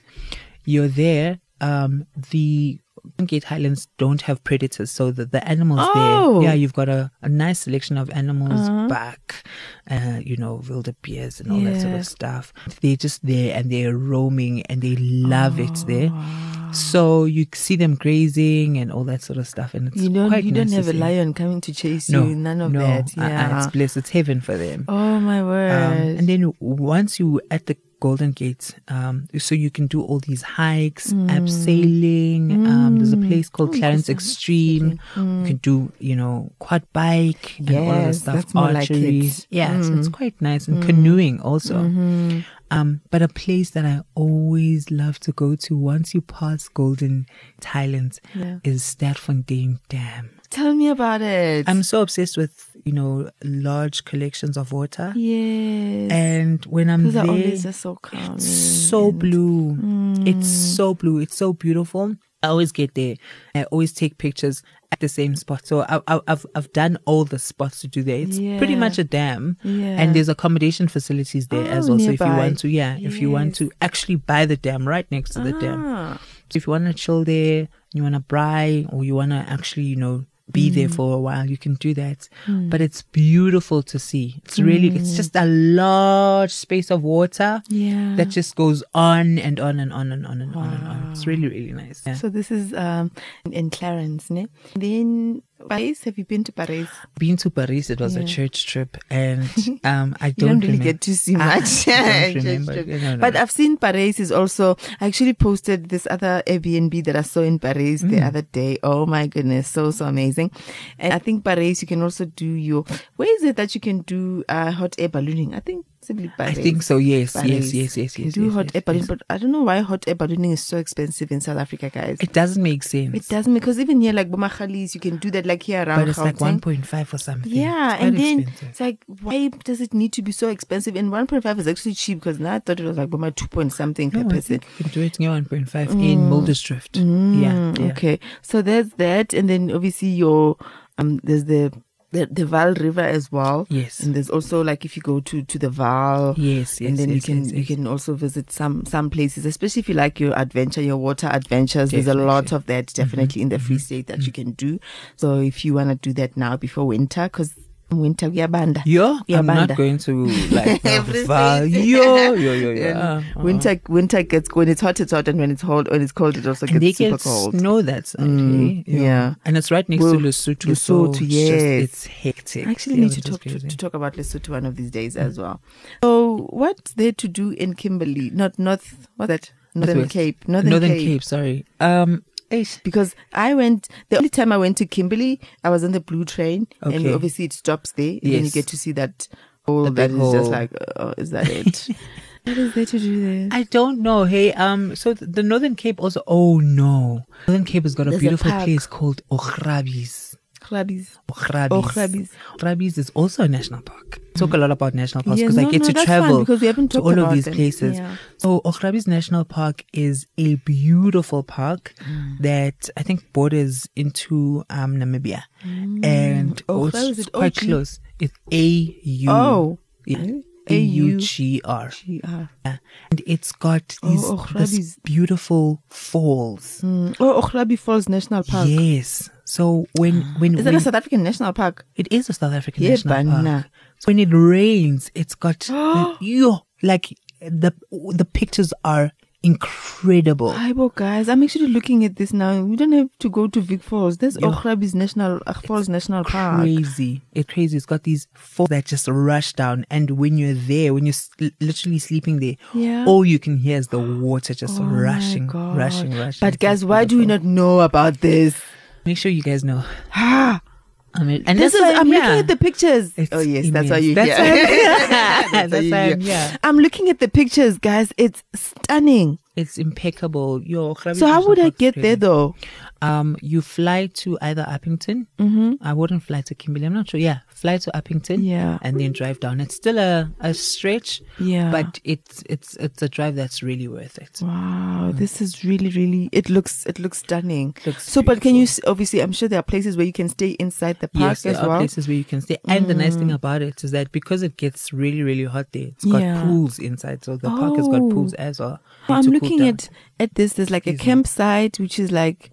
Speaker 2: you're there. Um, the Golden Gate Highlands don't have predators, so the, the animals
Speaker 1: Oh. Uh-huh.
Speaker 2: there. Yeah, you've got a, a nice selection of animals, back, uh, you know, wildebeest and all that sort
Speaker 1: Yeah.
Speaker 2: of stuff. They're just there and they're roaming and they love it
Speaker 1: Oh.
Speaker 2: there. So you see them grazing and all that sort of stuff, and it's
Speaker 1: You don't,
Speaker 2: quite
Speaker 1: you don't
Speaker 2: nice
Speaker 1: have
Speaker 2: to
Speaker 1: a
Speaker 2: see.
Speaker 1: lion coming to chase
Speaker 2: No,
Speaker 1: you. None of
Speaker 2: no,
Speaker 1: that.
Speaker 2: uh-uh,
Speaker 1: Yeah.
Speaker 2: it's bliss. It's heaven for them.
Speaker 1: Oh my word!
Speaker 2: Um, and then once you at the Golden Gate, um, so you can do all these hikes,
Speaker 1: Hmm.
Speaker 2: abseiling. Um, there's a place called Clarence Extreme. You can do, you know, quad bike and all of
Speaker 1: Hmm. Yes,
Speaker 2: this stuff.
Speaker 1: that's more like
Speaker 2: archery.
Speaker 1: it. Hmm.
Speaker 2: Yeah, so it's quite nice and canoeing also.
Speaker 1: Mm-hmm.
Speaker 2: Um, but a place that I always love to go to once you pass Golden Thailand
Speaker 1: Yeah.
Speaker 2: is Sterfontein Dam.
Speaker 1: Tell me about it.
Speaker 2: I'm so obsessed with you know large collections of water.
Speaker 1: yes.
Speaker 2: And when I'm
Speaker 1: Those
Speaker 2: there,
Speaker 1: are always just so calming.
Speaker 2: it's so blue. It's
Speaker 1: Mm.
Speaker 2: so blue. It's so beautiful. I always get there. I always take pictures at the same spot. So I, I, I've I've done all the spots to do there. It's pretty
Speaker 1: Yeah.
Speaker 2: much a dam,
Speaker 1: Yeah.
Speaker 2: and there's accommodation facilities there as
Speaker 1: Oh,
Speaker 2: well. So if you
Speaker 1: nearby.
Speaker 2: want to, yeah, if you want to actually buy the dam right next to the dam.
Speaker 1: Ah.
Speaker 2: So if you want to chill there, you want to bry, or you want to actually, you know, be there
Speaker 1: Mm.
Speaker 2: for a while, you can do that. But it's beautiful to see. It's really, it's just a large space of water
Speaker 1: Mm. Yeah.
Speaker 2: that just goes on and on and on and on and on and on. It's really, really nice. Yeah.
Speaker 1: So this is um in Clarence, ne? Then Paris? Have you been to Paris?
Speaker 2: Been to Paris, it was a church trip, and um, I
Speaker 1: You
Speaker 2: don't,
Speaker 1: don't really
Speaker 2: remem-
Speaker 1: get to see
Speaker 2: I
Speaker 1: much.
Speaker 2: don't
Speaker 1: Just
Speaker 2: remember.
Speaker 1: trip.
Speaker 2: No, no,
Speaker 1: But
Speaker 2: no.
Speaker 1: I've seen Paris is also. I actually posted this other Airbnb that I saw in Paris
Speaker 2: Mm.
Speaker 1: the other day. Oh my goodness, so so amazing! And I think Paris, you can also do your. Where is it that you can do uh, hot air ballooning? I think simply
Speaker 2: I
Speaker 1: Paris.
Speaker 2: think so. Yes, yes,
Speaker 1: Paris.
Speaker 2: yes, yes,
Speaker 1: You
Speaker 2: yes.
Speaker 1: do
Speaker 2: yes,
Speaker 1: hot
Speaker 2: yes,
Speaker 1: air ballooning,
Speaker 2: yes.
Speaker 1: but I don't know why hot air ballooning is so expensive in South Africa, guys.
Speaker 2: It doesn't make sense.
Speaker 1: It doesn't because even here, like Bomakhalis, you can do that like here around.
Speaker 2: but it's like
Speaker 1: Gauteng.
Speaker 2: 1.5 or something.
Speaker 1: Yeah,
Speaker 2: It's
Speaker 1: and
Speaker 2: quite
Speaker 1: then
Speaker 2: expensive.
Speaker 1: it's like, why does it need to be so expensive? And one point five is actually cheap because now I thought it was like about my two point something per
Speaker 2: No, I
Speaker 1: person.
Speaker 2: think you can do it near 1.5 in Mildersdrift.
Speaker 1: Mm,
Speaker 2: yeah, yeah.
Speaker 1: Okay. So there's that, and then obviously your um there's the the, the Val River as well.
Speaker 2: Yes.
Speaker 1: And there's also like if you go to to the Val.
Speaker 2: Yes, yes,
Speaker 1: And then you
Speaker 2: yes,
Speaker 1: can
Speaker 2: yes,
Speaker 1: you
Speaker 2: yes.
Speaker 1: can also visit some some places, especially if you like your adventure, your water adventures. There's a lot
Speaker 2: Definitely. Mm-hmm.
Speaker 1: of that definitely in the Free State that you can do. So if you wanna do that now before winter, because winter we are banda.
Speaker 2: Yo,
Speaker 1: We are
Speaker 2: I'm
Speaker 1: banda.
Speaker 2: not going to like
Speaker 1: Everything.
Speaker 2: Val- Yo, yo, yo, yo. Uh, uh,
Speaker 1: Winter, winter gets when it's hot, it's hot, and when it's cold, when it's cold, it also gets
Speaker 2: and they
Speaker 1: super
Speaker 2: can
Speaker 1: cold. Mm,
Speaker 2: snow that side, eh?
Speaker 1: yeah.
Speaker 2: and it's right next
Speaker 1: Well,
Speaker 2: to Lesotho,
Speaker 1: Lesotho,
Speaker 2: so it's, just,
Speaker 1: yes.
Speaker 2: it's hectic.
Speaker 1: I actually
Speaker 2: Yeah,
Speaker 1: need to
Speaker 2: it is
Speaker 1: talk to,
Speaker 2: crazy.
Speaker 1: to talk about Lesotho one of these days as well. So, what's there to do in Kimberley? Not North, what's that? Northern
Speaker 2: Northwest.
Speaker 1: Cape. Northern, Cape.
Speaker 2: sorry. Um, eish.
Speaker 1: Because I went, the only time I went to Kimberley, I was on the blue train, and
Speaker 2: Okay.
Speaker 1: obviously it stops there, and then you
Speaker 2: Yes.
Speaker 1: get to see that hole
Speaker 2: The
Speaker 1: that
Speaker 2: big
Speaker 1: is just
Speaker 2: hole.
Speaker 1: like, oh, is that it? what is there to do there?
Speaker 2: I don't know. Hey, um, so th- the Northern Cape also. Oh no, Northern Cape has got a
Speaker 1: There's a
Speaker 2: beautiful
Speaker 1: park.
Speaker 2: place called Okrabis.
Speaker 1: Clubbies.
Speaker 2: Okrabis.
Speaker 1: Okrabis.
Speaker 2: Okrabis is also a national park. Talk a lot about national parks
Speaker 1: Hmm. Yeah,
Speaker 2: because
Speaker 1: no,
Speaker 2: I get
Speaker 1: no,
Speaker 2: to
Speaker 1: that's fine,
Speaker 2: travel
Speaker 1: because we haven't
Speaker 2: to
Speaker 1: talked
Speaker 2: all
Speaker 1: about
Speaker 2: of these
Speaker 1: them.
Speaker 2: places.
Speaker 1: Yeah.
Speaker 2: So Okrabis National Park is a beautiful park
Speaker 1: Hmm.
Speaker 2: that I think borders into um Namibia, and
Speaker 1: Oh,
Speaker 2: oh,
Speaker 1: where is
Speaker 2: it's
Speaker 1: it?
Speaker 2: quite
Speaker 1: OG?
Speaker 2: close. It's A U.
Speaker 1: Oh.
Speaker 2: A U G R.
Speaker 1: GR.
Speaker 2: Yeah. And it's got these
Speaker 1: Oh, Ochrabi
Speaker 2: this
Speaker 1: is-
Speaker 2: beautiful falls.
Speaker 1: Mm. Oh, Okrabi Falls National Park. Ah.
Speaker 2: Yes. So when when,
Speaker 1: Is that
Speaker 2: when
Speaker 1: a South African national park?
Speaker 2: it is a South African
Speaker 1: Yeah,
Speaker 2: national
Speaker 1: banana.
Speaker 2: park. So when it rains, it's got the- yo like the the pictures are incredible.
Speaker 1: Hi, well, guys, I'm actually looking at this now. We don't have to go to Vic Falls. There's Okrabi's National uh, Falls National Park.
Speaker 2: Crazy. It's crazy. It's got these falls that just rush down. And when you're there, when you're s- literally sleeping there,
Speaker 1: Yeah.
Speaker 2: all you can hear is the water just
Speaker 1: Oh my
Speaker 2: rushing,
Speaker 1: God.
Speaker 2: rushing, rushing.
Speaker 1: But
Speaker 2: It's
Speaker 1: guys, why do we
Speaker 2: beautiful.
Speaker 1: not know about this?
Speaker 2: Make sure you guys know.
Speaker 1: Ah,
Speaker 2: I mean, and
Speaker 1: this is.
Speaker 2: that's why
Speaker 1: I'm looking
Speaker 2: here.
Speaker 1: at the pictures.
Speaker 2: It's
Speaker 1: oh yes, that's why
Speaker 2: immense.
Speaker 1: you.
Speaker 2: That's
Speaker 1: here.
Speaker 2: why I'm here. That's
Speaker 1: you
Speaker 2: why I'm
Speaker 1: here.
Speaker 2: here.
Speaker 1: I'm looking at the pictures, guys. It's stunning.
Speaker 2: It's impeccable. Yo, Krabi
Speaker 1: So how
Speaker 2: National
Speaker 1: would I
Speaker 2: Park is
Speaker 1: get there
Speaker 2: crazy.
Speaker 1: though?
Speaker 2: Um, you fly to either Uppington. Mm-hmm. I wouldn't fly to Kimberley. I'm not sure. Yeah, fly to Uppington.
Speaker 1: Yeah.
Speaker 2: and then drive down. It's still a, a stretch.
Speaker 1: Yeah.
Speaker 2: but it's it's it's a drive that's really worth it.
Speaker 1: Wow, this is really, really. It looks, it looks stunning.
Speaker 2: Mm. Looks
Speaker 1: so, but can you s- obviously? I'm sure there are places where you can stay inside the park
Speaker 2: Yes, there
Speaker 1: as
Speaker 2: are
Speaker 1: well. Mm.
Speaker 2: places where you can stay. And the nice thing about it is that because it gets really, really hot there, it's got
Speaker 1: Yeah.
Speaker 2: pools inside. So the park has got
Speaker 1: Oh.
Speaker 2: pools as well.
Speaker 1: Well, I'm
Speaker 2: to cool
Speaker 1: looking
Speaker 2: down.
Speaker 1: at at this. There's like a campsite which is like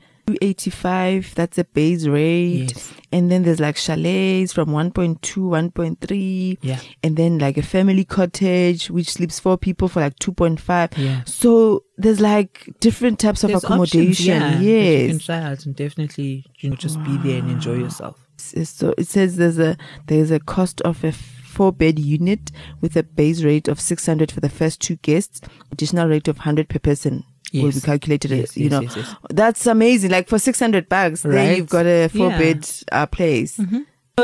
Speaker 1: 285. That's a base rate.
Speaker 2: Yes.
Speaker 1: And then there's like chalets from 1.2, 1.3.
Speaker 2: Yeah.
Speaker 1: And then like a family cottage which sleeps four people for like 2.5.
Speaker 2: Yeah.
Speaker 1: So there's like different types of
Speaker 2: There's options,
Speaker 1: accommodation.
Speaker 2: yeah, that you can
Speaker 1: yes.
Speaker 2: try out and definitely you know, just be there and enjoy yourself.
Speaker 1: S- So it says there's a there's a cost of a four bed unit with a base rate of 600 for the first two guests. Additional rate of 100 per person. Will be
Speaker 2: Yes.
Speaker 1: calculated,
Speaker 2: Yes,
Speaker 1: you
Speaker 2: yes,
Speaker 1: know,
Speaker 2: yes, yes.
Speaker 1: that's amazing. Like for 600 bucks, there
Speaker 2: Right?
Speaker 1: you've got a four
Speaker 2: Yeah. Mm-hmm.
Speaker 1: bed uh, place.
Speaker 2: So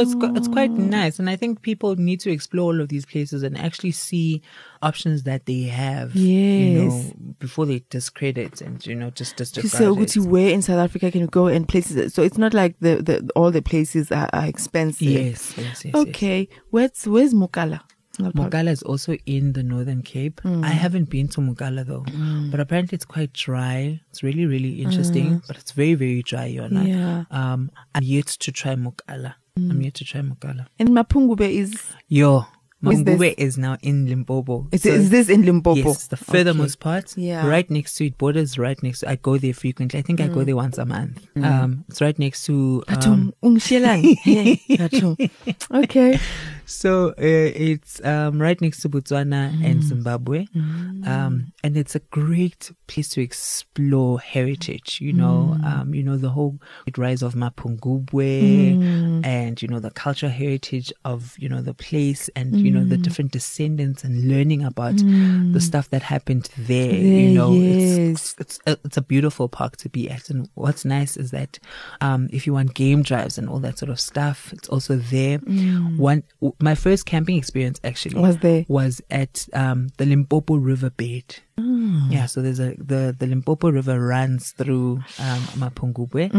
Speaker 2: it's qu- it's
Speaker 1: Oh.
Speaker 2: quite nice, and I think people need to explore all of these places and actually see options that they have. you
Speaker 1: Yes.
Speaker 2: know, before they discredit and you know
Speaker 1: You
Speaker 2: just disregard
Speaker 1: say,
Speaker 2: it.
Speaker 1: Ukuthi, where in South Africa can you go and places? So it's not like the, the all the places are, are expensive.
Speaker 2: Yes, yes, yes, yes.
Speaker 1: Okay. Where's Where's Mokala?
Speaker 2: Mugala is also in the Northern Cape.
Speaker 1: Mm.
Speaker 2: I haven't been to Mugala though, but apparently it's quite dry. It's really, really interesting, but it's very, very dry, Yona.
Speaker 1: Mm. Yeah. Mm.
Speaker 2: Um, I'm yet to try Mugala. I'm yet to try Mugala.
Speaker 1: And Mapungube is
Speaker 2: Yo,
Speaker 1: Where's this?
Speaker 2: Mangube is now in Limpopo.
Speaker 1: is,
Speaker 2: So-
Speaker 1: is this in Limpopo?
Speaker 2: Yes, the furthermost part.
Speaker 1: Yeah.
Speaker 2: Right next to it, borders right next to I go there frequently. I think I go there once a month. Um it's right next Mm. to
Speaker 1: Okay. Batung,
Speaker 2: um,
Speaker 1: Ungshelang. Yeah, Batung. okay.
Speaker 2: So uh, it's um, right next to Botswana and Zimbabwe, um, and it's a great place to explore heritage. You know, um, you know the whole rise of Mapungubwe, and you know the cultural heritage of you know the place, and you know the different descendants, and learning about the stuff that happened Mm. there. you
Speaker 1: There,
Speaker 2: know,
Speaker 1: yes.
Speaker 2: it's it's a, it's a beautiful park to be at. And what's nice is that um, if you want game drives and all that sort of stuff, it's also there. One, w- my first camping experience actually
Speaker 1: Was there.
Speaker 2: was at um, the Limpopo riverbed. Yeah, so there's a the the Limpopo River runs through um, Mapungubwe,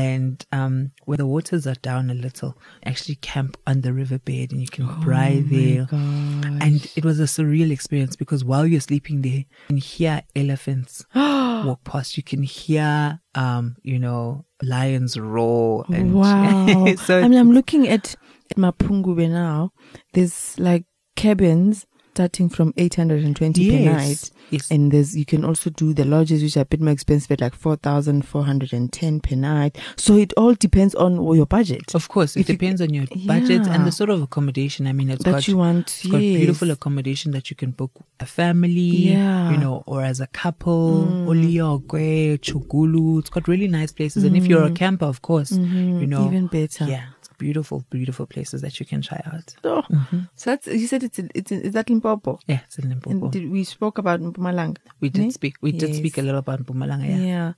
Speaker 2: and um, where the waters are down a little, actually camp on the riverbed and you can pry there. And it was a surreal experience because while you're sleeping there, you can hear elephants walk past. You can hear, um, you know, lions roar. And
Speaker 1: Wow.
Speaker 2: so
Speaker 1: I mean, I'm looking at, at Mapungubwe now. There's like cabins starting from 820 per night.
Speaker 2: yes.
Speaker 1: And there's you can also do the lodges, which are a bit more expensive, at like four thousand four hundred and ten per night. So it all depends on your budget
Speaker 2: Of course, it
Speaker 1: If you-
Speaker 2: depends on your budget and
Speaker 1: Yeah.
Speaker 2: the sort of accommodation. I mean, it's
Speaker 1: that
Speaker 2: got,
Speaker 1: you want.
Speaker 2: it's got
Speaker 1: yes.
Speaker 2: beautiful accommodation that you can book a family,
Speaker 1: Yeah. Mm.
Speaker 2: you know, or as a couple, Oliogwe, Chugulu. It's got really nice places. And if you're a camper, of course, you know,
Speaker 1: Mm. Mm-hmm. even better.
Speaker 2: yeah, it's beautiful, beautiful places that you can try out.
Speaker 1: Oh,
Speaker 2: Mm-hmm.
Speaker 1: So that's you said it's in, it's in, is that Limpopo?
Speaker 2: Yeah, it's in Limpopo.
Speaker 1: And did, we spoke about Mpumalanga.
Speaker 2: we did
Speaker 1: ne?
Speaker 2: speak, we did speak a
Speaker 1: Yes.
Speaker 2: little about Mpumalanga, yeah.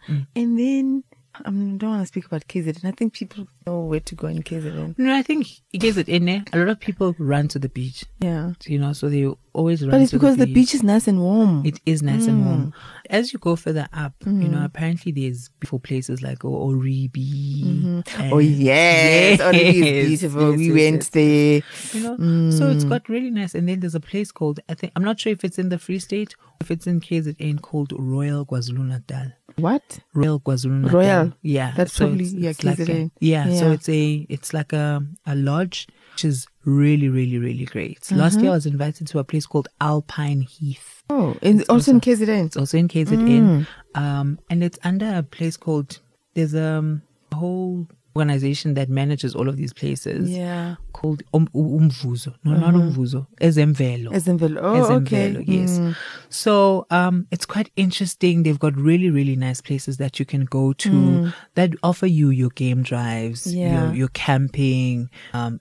Speaker 2: Mm.
Speaker 1: Yeah, and then I um, don't want to speak about KZN. I think people know where to go in KZN.
Speaker 2: No, I think it gives it in there. A lot of people run to the beach,
Speaker 1: Yeah,
Speaker 2: you know, so they always run.
Speaker 1: but it's
Speaker 2: to
Speaker 1: because
Speaker 2: the
Speaker 1: the beach Mm. is nice and warm.
Speaker 2: It is nice and warm. As you go further up, you
Speaker 1: Mm.
Speaker 2: know, apparently there's beautiful places like O- Oribi. and-
Speaker 1: Oh yes, oh, it
Speaker 2: Yes,
Speaker 1: is beautiful.
Speaker 2: yes,
Speaker 1: we
Speaker 2: yes,
Speaker 1: went
Speaker 2: yes.
Speaker 1: there.
Speaker 2: You know,
Speaker 1: Mm.
Speaker 2: so it's got really nice. And then there's a place called I think I'm not sure if it's in the Free State, or if it's in KZN called Royal KwaZulu Natal.
Speaker 1: What?
Speaker 2: Royal KwaZulu Natal.
Speaker 1: Royal.
Speaker 2: Yeah.
Speaker 1: That's probably- yeah,
Speaker 2: like a-
Speaker 1: KZN.
Speaker 2: yeah, So
Speaker 1: Yeah.
Speaker 2: it's a it's like a, a lodge which is really, really, really great. Last
Speaker 1: Mm-hmm.
Speaker 2: year I was invited to a place called Alpine Heath.
Speaker 1: Oh, and also in KZN.
Speaker 2: It's also in KZN.
Speaker 1: Mm.
Speaker 2: Um, and it's under a place called there's um, a whole organization that manages all of these places
Speaker 1: Yeah. Mm-hmm.
Speaker 2: called um, Um- Umvuzo. No, not Umvuzo. Ezemvelo.
Speaker 1: As in Vel- Oh, okay.
Speaker 2: Ezemvelo, yes.
Speaker 1: Mm.
Speaker 2: So um, it's quite interesting. They've got really, really nice places that you can go to that offer you your game drives,
Speaker 1: Hmm. Yeah.
Speaker 2: your, your camping, um,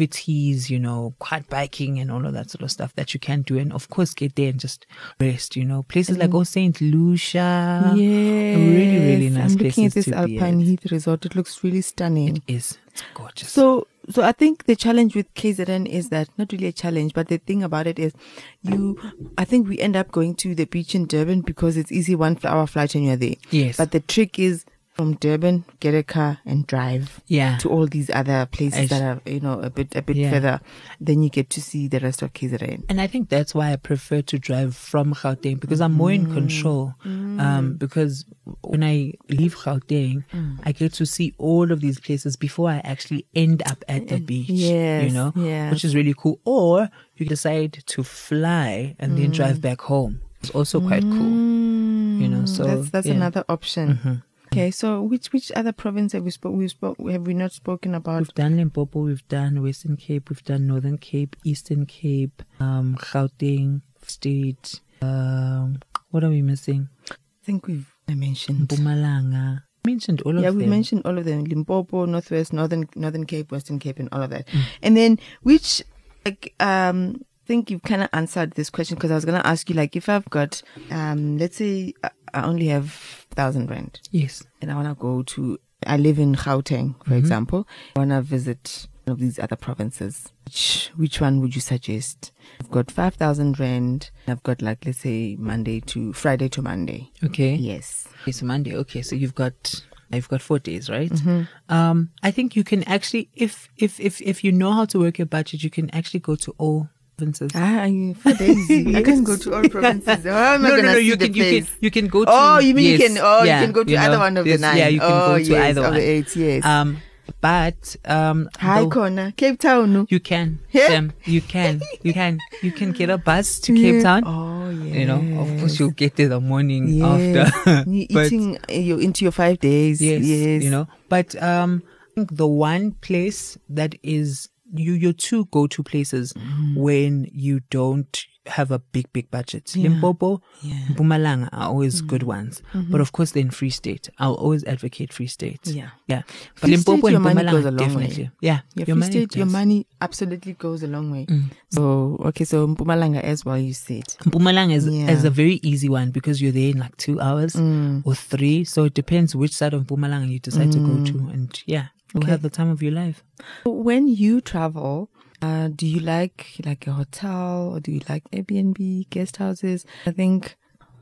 Speaker 2: activities, you know, quad biking and all of that sort of stuff that you can do. And of course, get there and just rest, you know. Places like, oh, St. Lucia.
Speaker 1: Mm. Yes.
Speaker 2: Really, really nice
Speaker 1: I'm looking at
Speaker 2: places
Speaker 1: this
Speaker 2: to be
Speaker 1: Alpine
Speaker 2: at.
Speaker 1: Heath Resort. It looks really stunning.
Speaker 2: Is it's gorgeous.
Speaker 1: So, so I think the challenge with KZN is that not really a challenge, but the thing about it is, you. I think we end up going to the beach in Durban because it's easy one hour flight and you're there.
Speaker 2: Yes.
Speaker 1: But the trick is from Durban, get a car and drive.
Speaker 2: Yeah.
Speaker 1: To all these other places
Speaker 2: Ish.
Speaker 1: that are you know a bit a bit
Speaker 2: Yeah.
Speaker 1: further, then you get to see the rest of KZN.
Speaker 2: And I think that's why I prefer to drive from Gauteng because I'm more
Speaker 1: Mm-hmm.
Speaker 2: in control. Um, because when I leave Gauteng,
Speaker 1: Mm.
Speaker 2: I get to see all of these places before I actually end up at the beach. you
Speaker 1: yes,
Speaker 2: know,
Speaker 1: yes.
Speaker 2: which is really cool. Or you decide to fly and
Speaker 1: Mm.
Speaker 2: then drive back home. It's also quite cool. You know, Mm, so
Speaker 1: that's that's
Speaker 2: yeah. Mm-hmm.
Speaker 1: another option. Okay, so which which other province have we spoke we spoke have we not spoken about?
Speaker 2: We've done Limpopo, we've done Western Cape, we've done Northern Cape, Eastern Cape, um, Gauteng State. Um, what are we missing?
Speaker 1: I think we've I mentioned.
Speaker 2: Mpumalanga. Mentioned all of
Speaker 1: Yeah,
Speaker 2: them.
Speaker 1: we mentioned all of them: Limpopo, Northwest, Northern Northern Cape, Western Cape, and all of that. And then which like um. I think you've kind of answered this question because I was going to ask you, like, if I've got, um, let's say I I only have thousand rand,
Speaker 2: Yes.
Speaker 1: and I want to go to. I live in Gauteng, for example. I want to visit one of these other provinces. Which, which one would you suggest? I've got 5,000 Rand. I've got, like, let's say Monday to Friday to Monday.
Speaker 2: Okay.
Speaker 1: Yes.
Speaker 2: It's Monday. Okay, so you've got uh, you've got four days, right?
Speaker 1: Mm-hmm.
Speaker 2: Um, I think you can actually, if if if if you know how to work your budget, you can actually go to all provinces.
Speaker 1: Ah, I mean, for days, I can go to all provinces. Oh, I'm not
Speaker 2: no,
Speaker 1: gonna
Speaker 2: no, no.
Speaker 1: see
Speaker 2: You
Speaker 1: the
Speaker 2: can, you can,
Speaker 1: place.
Speaker 2: you can go to.
Speaker 1: Oh, you mean you
Speaker 2: yes,
Speaker 1: can- oh, you
Speaker 2: yeah,
Speaker 1: can go to
Speaker 2: you
Speaker 1: either one of the
Speaker 2: yes,
Speaker 1: nine.
Speaker 2: Yeah, you can
Speaker 1: Oh,
Speaker 2: go to
Speaker 1: yes,
Speaker 2: either
Speaker 1: of
Speaker 2: one.
Speaker 1: the eight, yes.
Speaker 2: Um, but um,
Speaker 1: Hi,
Speaker 2: though-
Speaker 1: Corner, Cape Town. No?
Speaker 2: you can,
Speaker 1: Yeah.
Speaker 2: Sam, you can, you can, you can get a bus to Cape Town.
Speaker 1: Oh, yes.
Speaker 2: You know, of course, you'll get there the morning
Speaker 1: Yes.
Speaker 2: after.
Speaker 1: You're
Speaker 2: But-
Speaker 1: eating uh, you into your five days.
Speaker 2: Yes,
Speaker 1: yes.
Speaker 2: you know. But um, I think the one place that is you your two go to places
Speaker 1: Mm.
Speaker 2: when you don't have a big big budget. Limpopo,
Speaker 1: Yeah. Mm. Mm-hmm.
Speaker 2: Mpumalanga are always good ones, but of course then Free State. I'll always advocate Free State.
Speaker 1: Yeah.
Speaker 2: yeah. But
Speaker 1: Free State,
Speaker 2: Limpopo
Speaker 1: your
Speaker 2: and
Speaker 1: money
Speaker 2: Mpumalanga
Speaker 1: goes a long way.
Speaker 2: definitely. Yeah,
Speaker 1: Yeah, free state, your
Speaker 2: does. Mm.
Speaker 1: money absolutely goes a long way. So, okay, so Mpumalanga as well, you said.
Speaker 2: Mpumalanga is,
Speaker 1: Yeah. Mm.
Speaker 2: is a very easy one because you're there in like two hours or three. So it depends which side of Mpumalanga you decide to
Speaker 1: Mm.
Speaker 2: go to. And yeah, you'll have the time of your life.
Speaker 1: When you travel, uh, do you like like a hotel or do you like Airbnb, guest houses? I think.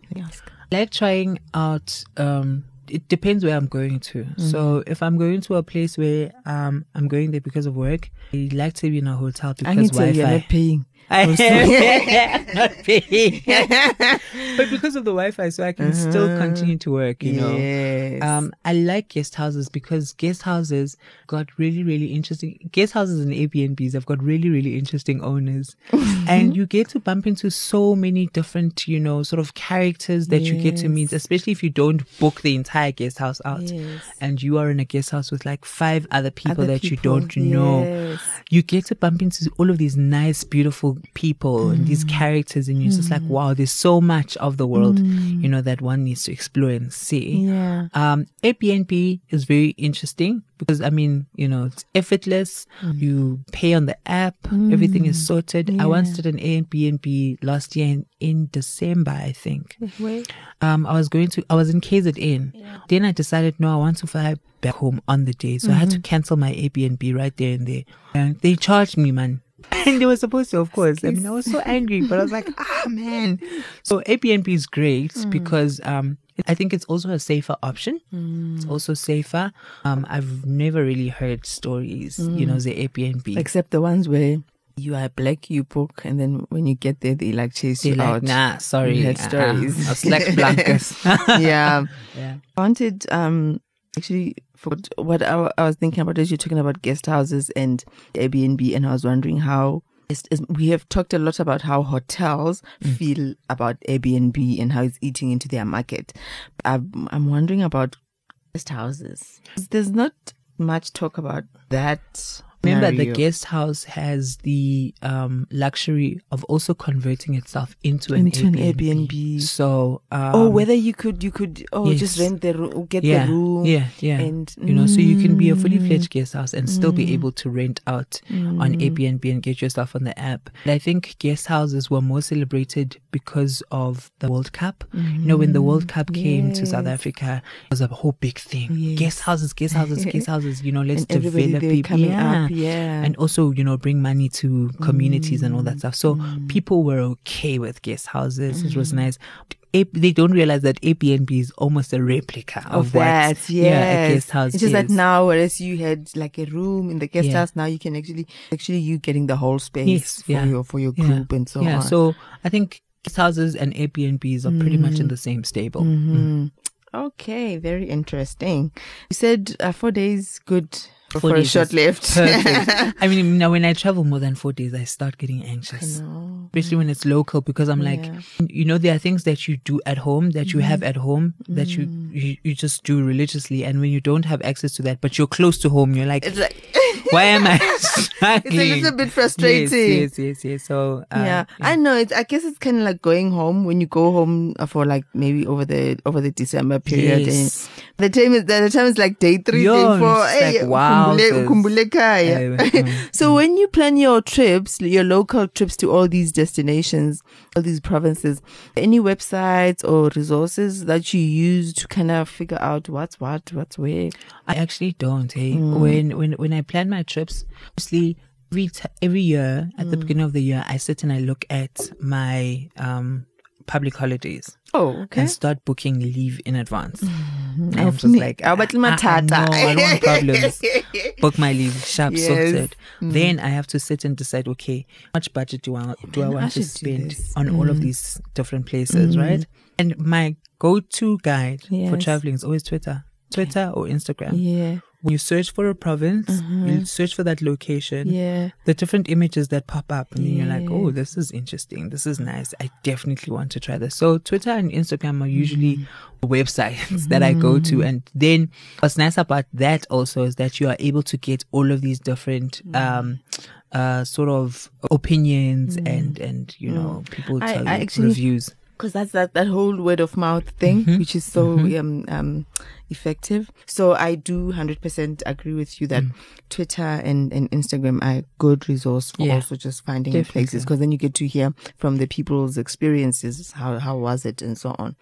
Speaker 1: Let me ask.
Speaker 2: I like trying out um it depends where I'm going to.
Speaker 1: Mm-hmm.
Speaker 2: So if I'm going to a place where um I'm going there because of work, I like to be in a hotel
Speaker 1: I can
Speaker 2: because
Speaker 1: tell
Speaker 2: Wi
Speaker 1: you're not
Speaker 2: Fi.
Speaker 1: paying.
Speaker 2: I am not paying. but because of the Wi Fi so I can
Speaker 1: Uh-huh.
Speaker 2: still continue to work, you know.
Speaker 1: Yes.
Speaker 2: Um, I like guest houses because guest houses got really, really interesting. Guest houses and Airbnbs have got really, really interesting owners, and you get to bump into so many different, you know, sort of characters that you get to meet. Especially if you don't book the entire guest house out,
Speaker 1: Yes.
Speaker 2: and you are in a guest house with like five other people
Speaker 1: Other
Speaker 2: that you
Speaker 1: people,
Speaker 2: don't know.
Speaker 1: yes.
Speaker 2: You get to bump into all of these nice, beautiful people and
Speaker 1: Mm.
Speaker 2: these characters, and you're just like, wow, there's so much of the world,
Speaker 1: Mm.
Speaker 2: you know, that one needs to explore and see.
Speaker 1: yeah.
Speaker 2: Um, Airbnb is very interesting because I mean, you know, it's effortless. You pay on the app, everything is sorted. I once did an Airbnb last year in, in December, I think.
Speaker 1: Wait.
Speaker 2: Um, I was going to, I was in KZN. Then I decided, no, I want to fly back home on the day. So I had to
Speaker 1: Mm-hmm.
Speaker 2: cancel my Airbnb right there and there. And they charged me, man. And they were supposed to, of course. I mean, I was so angry, but I was like, ah, man. So Airbnb is great
Speaker 1: Mm.
Speaker 2: because, um, I think it's also a safer option.
Speaker 1: Mm.
Speaker 2: It's also safer. Um, I've never really heard stories, you
Speaker 1: Mm.
Speaker 2: know, the Airbnb.
Speaker 1: Except the ones where you are black, you book, and then when you get there, they like chase
Speaker 2: They're
Speaker 1: you
Speaker 2: like,
Speaker 1: out.
Speaker 2: nah, sorry.
Speaker 1: We had
Speaker 2: uh-uh.
Speaker 1: stories.
Speaker 2: I was like, blankers.
Speaker 1: yeah.
Speaker 2: Yeah.
Speaker 1: I wanted um actually forgot what I, I was thinking about as you're talking about guest houses and Airbnb, and I was wondering how is, is, we have talked a lot about how hotels
Speaker 2: Mm.
Speaker 1: feel about Airbnb and how it's eating into their market. I'm, I'm wondering about guest houses. There's not much talk about that.
Speaker 2: Remember, the
Speaker 1: scenario.
Speaker 2: guest house has the um, luxury of also converting itself into,
Speaker 1: Into an
Speaker 2: an, Airbnb.
Speaker 1: Airbnb.
Speaker 2: So, um,
Speaker 1: Oh, whether you could, you could, oh, just
Speaker 2: yes.
Speaker 1: rent the room, get
Speaker 2: yeah,
Speaker 1: the room.
Speaker 2: yeah, yeah,
Speaker 1: And mm.
Speaker 2: you know, so you can be a fully fledged guest house and still be able to rent out on Airbnb and get yourself on the app. And I think guest houses were more celebrated because of the World Cup. You know, when
Speaker 1: Mm-hmm.
Speaker 2: the World Cup came to South Africa, it was a whole big thing. Guest houses, guest houses, guest houses. You know, let's
Speaker 1: And everybody
Speaker 2: develop
Speaker 1: they were
Speaker 2: people,
Speaker 1: coming up, yeah.
Speaker 2: and also you know bring money to communities and all that stuff. So
Speaker 1: Mm.
Speaker 2: people were okay with guest houses. It was nice. A- They don't realize that Airbnb is almost a replica of,
Speaker 1: of
Speaker 2: what
Speaker 1: that. Yes.
Speaker 2: yeah, a guest house
Speaker 1: It's just that
Speaker 2: is.
Speaker 1: now, whereas you had like a room in the guest
Speaker 2: Yeah.
Speaker 1: house, now you can actually actually you getting the whole space
Speaker 2: Yes,
Speaker 1: for
Speaker 2: yeah.
Speaker 1: your for your
Speaker 2: Yeah.
Speaker 1: group and so
Speaker 2: yeah.
Speaker 1: on.
Speaker 2: So I think guest houses and Airbnbs are pretty much
Speaker 1: Mm.
Speaker 2: in the same stable. Mm.
Speaker 1: Mhm. okay, very interesting. You said uh, four days good
Speaker 2: Four
Speaker 1: for
Speaker 2: days
Speaker 1: a
Speaker 2: is
Speaker 1: short lift.
Speaker 2: Perfect. I mean, now when I travel more than four days, I start getting anxious.
Speaker 1: No.
Speaker 2: especially when it's local because i'm like
Speaker 1: Mm. Yeah. Mm-hmm.
Speaker 2: you know there are things that you do at home that you have at home that you,
Speaker 1: Mm.
Speaker 2: you you just do religiously and when you don't have access to that but you're close to home you're like
Speaker 1: It's like
Speaker 2: why am i
Speaker 1: it's a
Speaker 2: struggling
Speaker 1: little bit frustrating.
Speaker 2: yes yes yes, yes. so uh,
Speaker 1: yeah, I know. It's I guess it's kind of like going home when you go home uh, for like maybe over the over the December period.
Speaker 2: Yes.
Speaker 1: And the time is the time is like day three,
Speaker 2: Yo,
Speaker 1: day four.
Speaker 2: it's like,
Speaker 1: eh,
Speaker 2: wow,
Speaker 1: ukumbule-
Speaker 2: sis.
Speaker 1: ukumbule khaya.
Speaker 2: Eh, mm,
Speaker 1: so when you plan your trips, your local trips to all these destinations, all these provinces, any websites or resources that you use to kind of figure out what's what, what's where.
Speaker 2: I actually don't. Hey,
Speaker 1: Mm.
Speaker 2: when when when I plan my trips, obviously every t- every year at
Speaker 1: Mm.
Speaker 2: the beginning of the year, I sit and I look at my um public holidays
Speaker 1: Oh, okay. Mm-hmm.
Speaker 2: and start booking leave in advance. And I'm just
Speaker 1: me.
Speaker 2: like,
Speaker 1: I'll battle my
Speaker 2: "Ah, ah,
Speaker 1: tata."
Speaker 2: no, I don't want problems. Book my leave, sharp
Speaker 1: Yes. Mm.
Speaker 2: sorted. Then I have to sit and decide. Okay, how much budget do I do I
Speaker 1: Oh, Man, I
Speaker 2: want to
Speaker 1: should do
Speaker 2: spend
Speaker 1: this. Mm.
Speaker 2: on all of these different places, right? And my go-to guide for
Speaker 1: Yes.
Speaker 2: traveling is always Twitter, Twitter or Instagram
Speaker 1: Yeah, Uh-huh.
Speaker 2: when you search for a province, you search for that location,
Speaker 1: yeah.
Speaker 2: the different images that pop up, and then you're like, oh, this is interesting. This is nice. I definitely want to try this. So, Twitter and Instagram are usually
Speaker 1: Mm.
Speaker 2: websites that I go
Speaker 1: Mm-hmm.
Speaker 2: to. And then
Speaker 1: Mm.
Speaker 2: what's nice about that also is that you are able to get all of these different um, uh, sort of opinions and and you know people
Speaker 1: Mm. I-
Speaker 2: tell
Speaker 1: I
Speaker 2: you
Speaker 1: actually-
Speaker 2: reviews.
Speaker 1: because that's that, that whole word of mouth thing
Speaker 2: Mm-hmm.
Speaker 1: which is so um, um effective so i do 100% agree with you that
Speaker 2: Mm.
Speaker 1: twitter and, and instagram are a good resource for
Speaker 2: Yeah.
Speaker 1: also just finding
Speaker 2: Definitely.
Speaker 1: places because then you get to hear from the people's experiences how how was it and so on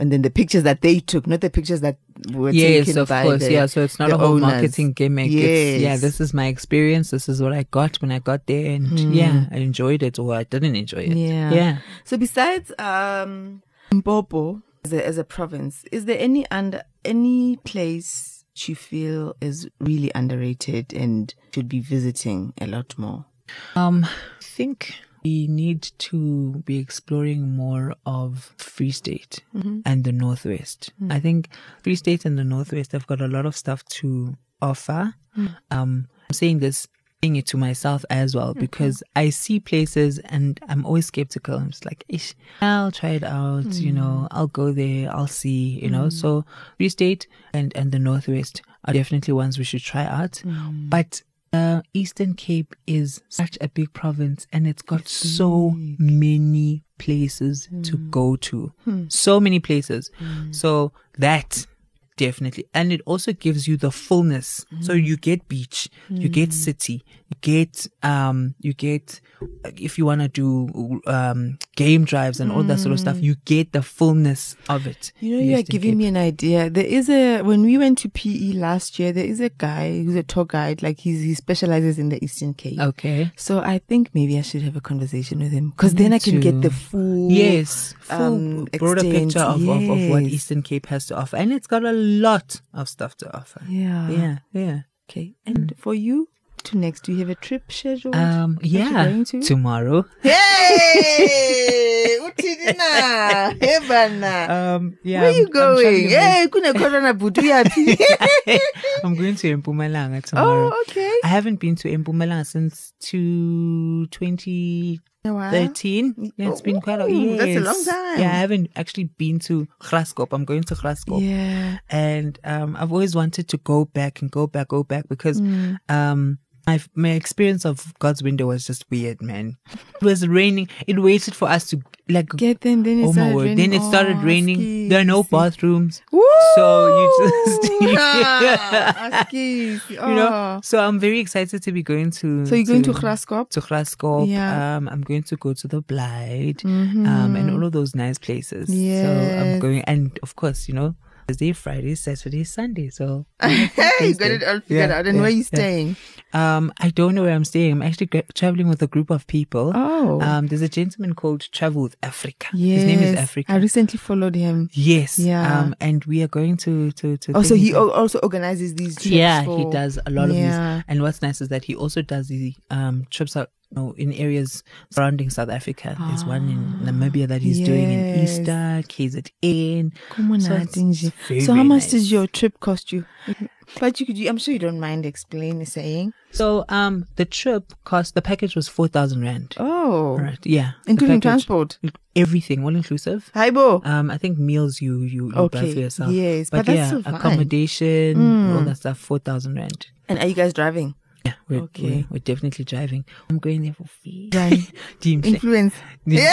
Speaker 1: and then the pictures that they took not the pictures that were
Speaker 2: Yes,
Speaker 1: taken
Speaker 2: of
Speaker 1: by
Speaker 2: course.
Speaker 1: the-
Speaker 2: yeah, so it's not
Speaker 1: the
Speaker 2: a whole
Speaker 1: owners.
Speaker 2: marketing gimmick. It's, yeah,
Speaker 1: Yes.
Speaker 2: this is my experience. This is what I got when I got there, and yeah, I enjoyed it or I didn't enjoy it.
Speaker 1: Mm. Yeah.
Speaker 2: yeah.
Speaker 1: So besides um Mbobo as a, as a province, is there any under any place you feel is really underrated and should be visiting a lot more?
Speaker 2: Um, I think we need to be exploring more of Free State and the Northwest. I think Free State and the Northwest have got a lot of stuff to offer. Um, I'm saying this, saying it to myself as well, because I see places and I'm always skeptical. I'm just like, Ish, I'll try it out, you know, I'll go there, I'll see, you know. So Free State and, and the Northwest are definitely ones we should try out. But uh, Eastern Cape is such a big province and it's got so many places to
Speaker 1: Hmm.
Speaker 2: go to. So many places. So that definitely. And it also gives you the fullness. So
Speaker 1: Hmm.
Speaker 2: you get beach, you get city, you get, um, you get, if you want to do, um, game drives and all that sort of stuff, you get the fullness of it.
Speaker 1: Hmm. You know,
Speaker 2: in
Speaker 1: you are
Speaker 2: Eastern
Speaker 1: giving
Speaker 2: Cape.
Speaker 1: me an idea. There is a when we went to PE last year, there is a guy who's a tour guide, like he's he specializes in the Eastern Cape.
Speaker 2: Okay.
Speaker 1: So I think maybe I should have a conversation with him because then I can get the
Speaker 2: too.
Speaker 1: full
Speaker 2: Yes, full
Speaker 1: um,
Speaker 2: broader
Speaker 1: extent,
Speaker 2: picture of, of, of what
Speaker 1: yes.
Speaker 2: Eastern Cape has to offer, and it's got a lot of stuff to offer.
Speaker 1: Yeah.
Speaker 2: yeah, yeah.
Speaker 1: Okay. And for you to next, do you have a trip scheduled?
Speaker 2: Um,
Speaker 1: that you're
Speaker 2: yeah.
Speaker 1: going to?
Speaker 2: Tomorrow,
Speaker 3: Hey, uthina, hebana.
Speaker 2: um, yeah.
Speaker 1: Where are you
Speaker 2: I'm- I'm traveling
Speaker 1: going? Hey, kuna corona budu yapi?
Speaker 2: with- I'm going to Mpumalanga tomorrow.
Speaker 1: Oh, okay.
Speaker 2: I haven't been to Mpumalanga since to 2013.
Speaker 1: Wow.
Speaker 2: Yeah, it's been quite a
Speaker 1: Ooh,
Speaker 2: yes.
Speaker 1: that's a long time.
Speaker 2: Yeah, I haven't actually been to Graskop. I'm going to Graskop.
Speaker 1: Yeah.
Speaker 2: and um, I've always wanted to go back and go back, go back because
Speaker 1: Hmm.
Speaker 2: um, my my experience of God's window was just weird, man. It was raining. It waited for us to like.
Speaker 1: Get then then it
Speaker 2: Oh my
Speaker 1: started
Speaker 2: word!
Speaker 1: raining.
Speaker 2: Then it started
Speaker 1: Oh,
Speaker 2: raining.
Speaker 1: skis.
Speaker 2: There are no bathrooms,
Speaker 1: Woo!
Speaker 2: so you just
Speaker 1: Ah, skis.
Speaker 2: you know.
Speaker 1: Oh.
Speaker 2: So I'm very excited to be going to.
Speaker 1: So you're going to Graskop?
Speaker 2: To Graskop.
Speaker 1: Yeah. Mm-hmm.
Speaker 2: Um, I'm going to go to the Blyde, um, and all of those nice places. So I'm
Speaker 1: Yes.
Speaker 2: going, and of course, you know, Thursday, Friday, Saturday, Sunday. So
Speaker 1: Hey, you got it all figured
Speaker 2: Yeah,
Speaker 1: out. And
Speaker 2: yeah,
Speaker 1: where are you
Speaker 2: yeah.
Speaker 1: staying?
Speaker 2: Um, I don't know where I'm staying. I'm actually gra- traveling with a group of people.
Speaker 1: Oh.
Speaker 2: Um, there's a gentleman called Travel with Africa.
Speaker 1: Yes.
Speaker 2: His name is Africa.
Speaker 1: I recently followed him.
Speaker 2: yes.
Speaker 1: Yeah.
Speaker 2: Um, and we are going to to to.
Speaker 1: Oh, so
Speaker 2: things
Speaker 1: he
Speaker 2: and-
Speaker 1: al- also organizes these trips.
Speaker 2: yeah, he
Speaker 1: for-
Speaker 2: does a lot of
Speaker 1: Yeah.
Speaker 2: these. And what's nice is that he also does the um trips out. You know, in areas surrounding South Africa, there's one in Namibia that he's doing in
Speaker 1: Yes.
Speaker 2: Easter, KZN.
Speaker 1: Come on,
Speaker 2: So
Speaker 1: ah,
Speaker 2: it's
Speaker 1: Dingy.
Speaker 2: very,
Speaker 1: So how
Speaker 2: very
Speaker 1: much
Speaker 2: nice.
Speaker 1: does your trip cost you? But you could, I'm sure you don't mind explaining, saying.
Speaker 2: So um, the trip cost the package was four thousand rand.
Speaker 1: Oh,
Speaker 2: Right? Yeah, the
Speaker 1: including
Speaker 2: package,
Speaker 1: transport.
Speaker 2: everything, all inclusive.
Speaker 1: Haibo.
Speaker 2: Um, I think meals you you, you buy
Speaker 1: Okay,
Speaker 2: for yourself.
Speaker 1: yes, but that's
Speaker 2: yeah,
Speaker 1: still fine. Mm.
Speaker 2: accommodation, all that stuff, four thousand rand.
Speaker 1: And are you guys driving?
Speaker 2: Yeah, we're,
Speaker 1: Okay.
Speaker 2: we're, we're definitely driving. I'm going there for free.
Speaker 1: Right.
Speaker 2: Team play.
Speaker 1: Influence.
Speaker 2: Yeah.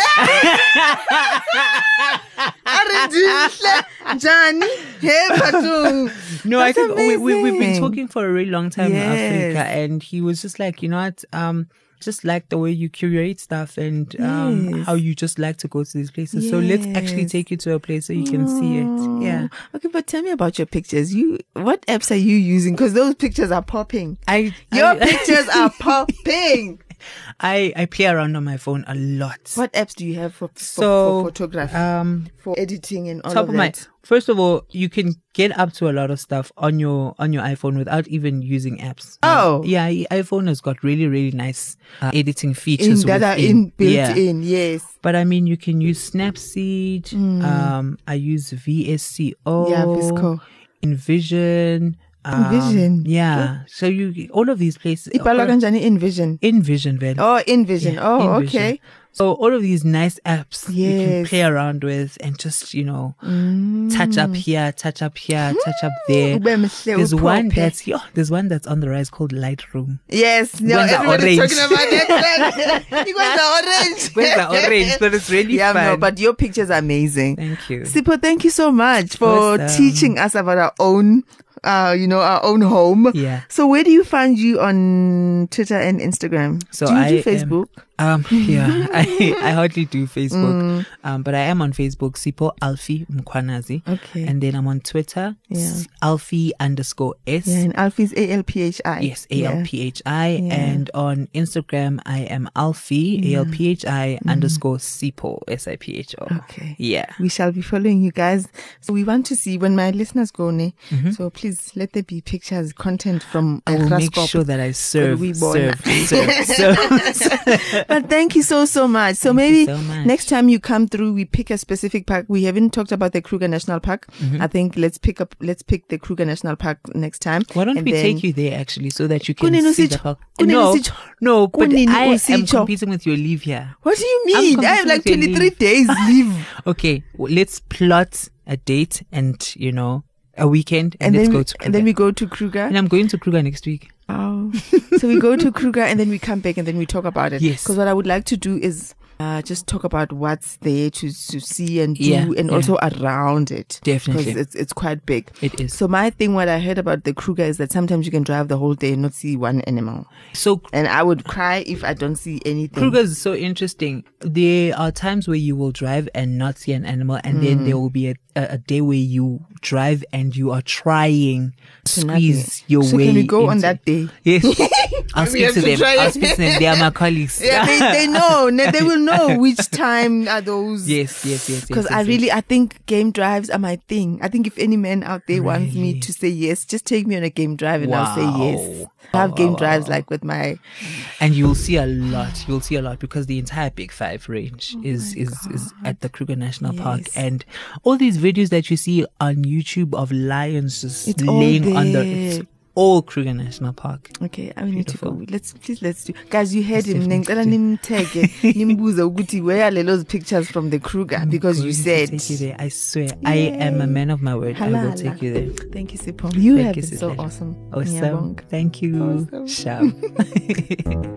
Speaker 1: Johnny. Hey, Patung.
Speaker 2: No, I
Speaker 1: That's
Speaker 2: think we, we, we've been
Speaker 1: amazing.
Speaker 2: talking for a really long time in
Speaker 1: Yes.
Speaker 2: Africa, and he was just like, you know what, um, just like the way you curate stuff and um,
Speaker 1: Yes.
Speaker 2: how you just like to go to these places. So let's actually
Speaker 1: Yes.
Speaker 2: take you to a place so you can see it. Yeah.
Speaker 1: Oh, Okay, but tell me about your pictures. You, what apps are you using? Because those pictures are popping.
Speaker 2: I
Speaker 1: Your
Speaker 2: I,
Speaker 1: pictures are popping.
Speaker 2: I I play around on my phone a lot.
Speaker 1: What apps do you have for, for,
Speaker 2: So,
Speaker 1: for photography,
Speaker 2: Um,
Speaker 1: for editing, and all
Speaker 2: top
Speaker 1: uh, of
Speaker 2: of my
Speaker 1: that?
Speaker 2: first of all you can get up to a lot of stuff on your on your iphone without even using apps
Speaker 1: Oh.
Speaker 2: yeah i- iphone has got really really nice uh, editing features
Speaker 1: in that are
Speaker 2: within.
Speaker 1: in built
Speaker 2: yeah.
Speaker 1: in. Yes.
Speaker 2: but i mean you can use snapseed um i use vsco
Speaker 1: Hmm. Yeah, Visco.
Speaker 2: envision um,
Speaker 1: Envision?
Speaker 2: yeah so you all of these places
Speaker 1: Ipalwa kanjani Envision.
Speaker 2: envision vele
Speaker 1: Oh, Envision.
Speaker 2: yeah,
Speaker 1: oh,
Speaker 2: Envision.
Speaker 1: okay.
Speaker 2: So all of these nice apps you can
Speaker 1: Yes. Mm.
Speaker 2: play around with and just, you know, touch up here, touch up here, touch up there.
Speaker 1: Ube mhle,
Speaker 2: There's one
Speaker 1: uphope.
Speaker 2: that's yo, there's one that's on the rise called Lightroom.
Speaker 1: Yes, no,
Speaker 2: Where's the
Speaker 1: everybody's
Speaker 2: orange?
Speaker 1: talking about that. one. you guys are orange.
Speaker 2: Where's the orange? But it's really
Speaker 1: yeah, no,
Speaker 2: fun.
Speaker 1: but your pictures are amazing.
Speaker 2: Thank you. um,
Speaker 1: Sipo, thank you so much for
Speaker 2: Awesome.
Speaker 1: teaching us about our own, uh, you know, our own home.
Speaker 2: Yeah.
Speaker 1: So where do you find you on Twitter and Instagram?
Speaker 2: So
Speaker 1: do you do
Speaker 2: I am-
Speaker 1: Facebook?
Speaker 2: Um, yeah, I, I hardly do
Speaker 1: Mm.
Speaker 2: Facebook. Um, but I am on Facebook, Sipo Alfie Mkwanazi.
Speaker 1: Okay.
Speaker 2: And then I'm on Twitter,
Speaker 1: Yeah.
Speaker 2: s- Alfie underscore S.
Speaker 1: yeah, and Alfie's A L P H I.
Speaker 2: Yes,
Speaker 1: Yeah.
Speaker 2: ALPHI. And on Instagram, I am Alfie, ALPHI underscore Sipo, S I P H O.
Speaker 1: Mm-hmm. Okay.
Speaker 2: Yeah.
Speaker 1: We shall be following you guys. So we want to see when my listeners go, ne? So please let there be pictures, content from
Speaker 2: Mm-hmm. I will make
Speaker 1: Graskop.
Speaker 2: sure that I serve,
Speaker 1: we born.
Speaker 2: serve, serve, serve.
Speaker 1: But thank you so so much. So
Speaker 2: Thank
Speaker 1: maybe
Speaker 2: you so much.
Speaker 1: next time you come through, we pick a specific park. We haven't talked about the Kruger National Park.
Speaker 2: Mm-hmm.
Speaker 1: I think let's pick up. Let's pick the Kruger National Park next time.
Speaker 2: Why don't
Speaker 1: And
Speaker 2: we
Speaker 1: then-
Speaker 2: take you there actually so that you can
Speaker 1: Kunini
Speaker 2: see
Speaker 1: usitsho.
Speaker 2: the park?
Speaker 1: Kunini
Speaker 2: No,
Speaker 1: usitsho.
Speaker 2: no, but
Speaker 1: Kunini
Speaker 2: I am
Speaker 1: usitsho.
Speaker 2: competing with your leave here.
Speaker 1: What do you
Speaker 2: I'm
Speaker 1: mean? I have
Speaker 2: confused
Speaker 1: like
Speaker 2: with your
Speaker 1: twenty three days leave,
Speaker 2: Okay, well, let's plot a date and, you know, a weekend
Speaker 1: and
Speaker 2: and, let's
Speaker 1: then
Speaker 2: go
Speaker 1: we-
Speaker 2: to Kruger.
Speaker 1: and then we go to Kruger.
Speaker 2: and I'm going to Kruger next week.
Speaker 1: Oh. so we go to Kruger and then we come back and then we talk about it.
Speaker 2: Yes.
Speaker 1: Because what I would like to do is uh, just talk about what's there to, to see and do
Speaker 2: Yeah,
Speaker 1: and
Speaker 2: yeah.
Speaker 1: also around it.
Speaker 2: Definitely.
Speaker 1: Because it's, it's quite big.
Speaker 2: It is.
Speaker 1: So my thing, what I heard about the Kruger is that sometimes you can drive the whole day and not see one animal.
Speaker 2: So
Speaker 1: And I would cry if I don't see anything.
Speaker 2: Kruger's is so interesting. There are times where you will drive and not see an animal, and then
Speaker 1: Hmm.
Speaker 2: there will be a, a, a day where you drive and you are trying to
Speaker 1: To
Speaker 2: squeeze
Speaker 1: nothing.
Speaker 2: your
Speaker 1: so
Speaker 2: way.
Speaker 1: can we go on
Speaker 2: into-
Speaker 1: that day?
Speaker 2: Yes, I'll
Speaker 1: We
Speaker 2: speak
Speaker 1: have
Speaker 2: to
Speaker 1: to
Speaker 2: them.
Speaker 1: try.
Speaker 2: I'll speak to them. They are my colleagues.
Speaker 1: Yeah, they, they know. Ne- they will know which time are those.
Speaker 2: Yes, yes, yes, yes.
Speaker 1: Because
Speaker 2: yes,
Speaker 1: I
Speaker 2: yes.
Speaker 1: really, I think game drives are my thing. I think if any man out there wants me
Speaker 2: Really?
Speaker 1: to say yes, just take me on a game drive and I'll say yes.
Speaker 2: Wow.
Speaker 1: I have
Speaker 2: Wow,
Speaker 1: game
Speaker 2: wow,
Speaker 1: drives
Speaker 2: wow,
Speaker 1: like with my.
Speaker 2: and you will see a lot. You will see a lot because the entire Big Five range is is, is at the Kruger National Park,
Speaker 1: Oh Yes.
Speaker 2: and all these videos that you see on YouTube of lions just
Speaker 1: It's all
Speaker 2: laying on the
Speaker 1: there.
Speaker 2: it's all Kruger National Park.
Speaker 1: Okay, I will need to go.
Speaker 2: Beautiful.
Speaker 1: Let's please let's do. Guys, you heard him.
Speaker 2: definitely
Speaker 1: Nengicela nimtag nimbuze ukuthi where are those pictures from the
Speaker 2: Oh
Speaker 1: Kruger because you
Speaker 2: going
Speaker 1: said.
Speaker 2: to take you there. I swear, I am a man of my word. I will
Speaker 1: Halala.
Speaker 2: take you there.
Speaker 1: Thank you, Sipho. You
Speaker 2: Thank
Speaker 1: have
Speaker 2: you,
Speaker 1: been so
Speaker 2: Sipho.
Speaker 1: awesome.
Speaker 2: Awesome.
Speaker 1: Ngiyabonga.
Speaker 2: Thank you.
Speaker 1: Awesome.
Speaker 2: Shab.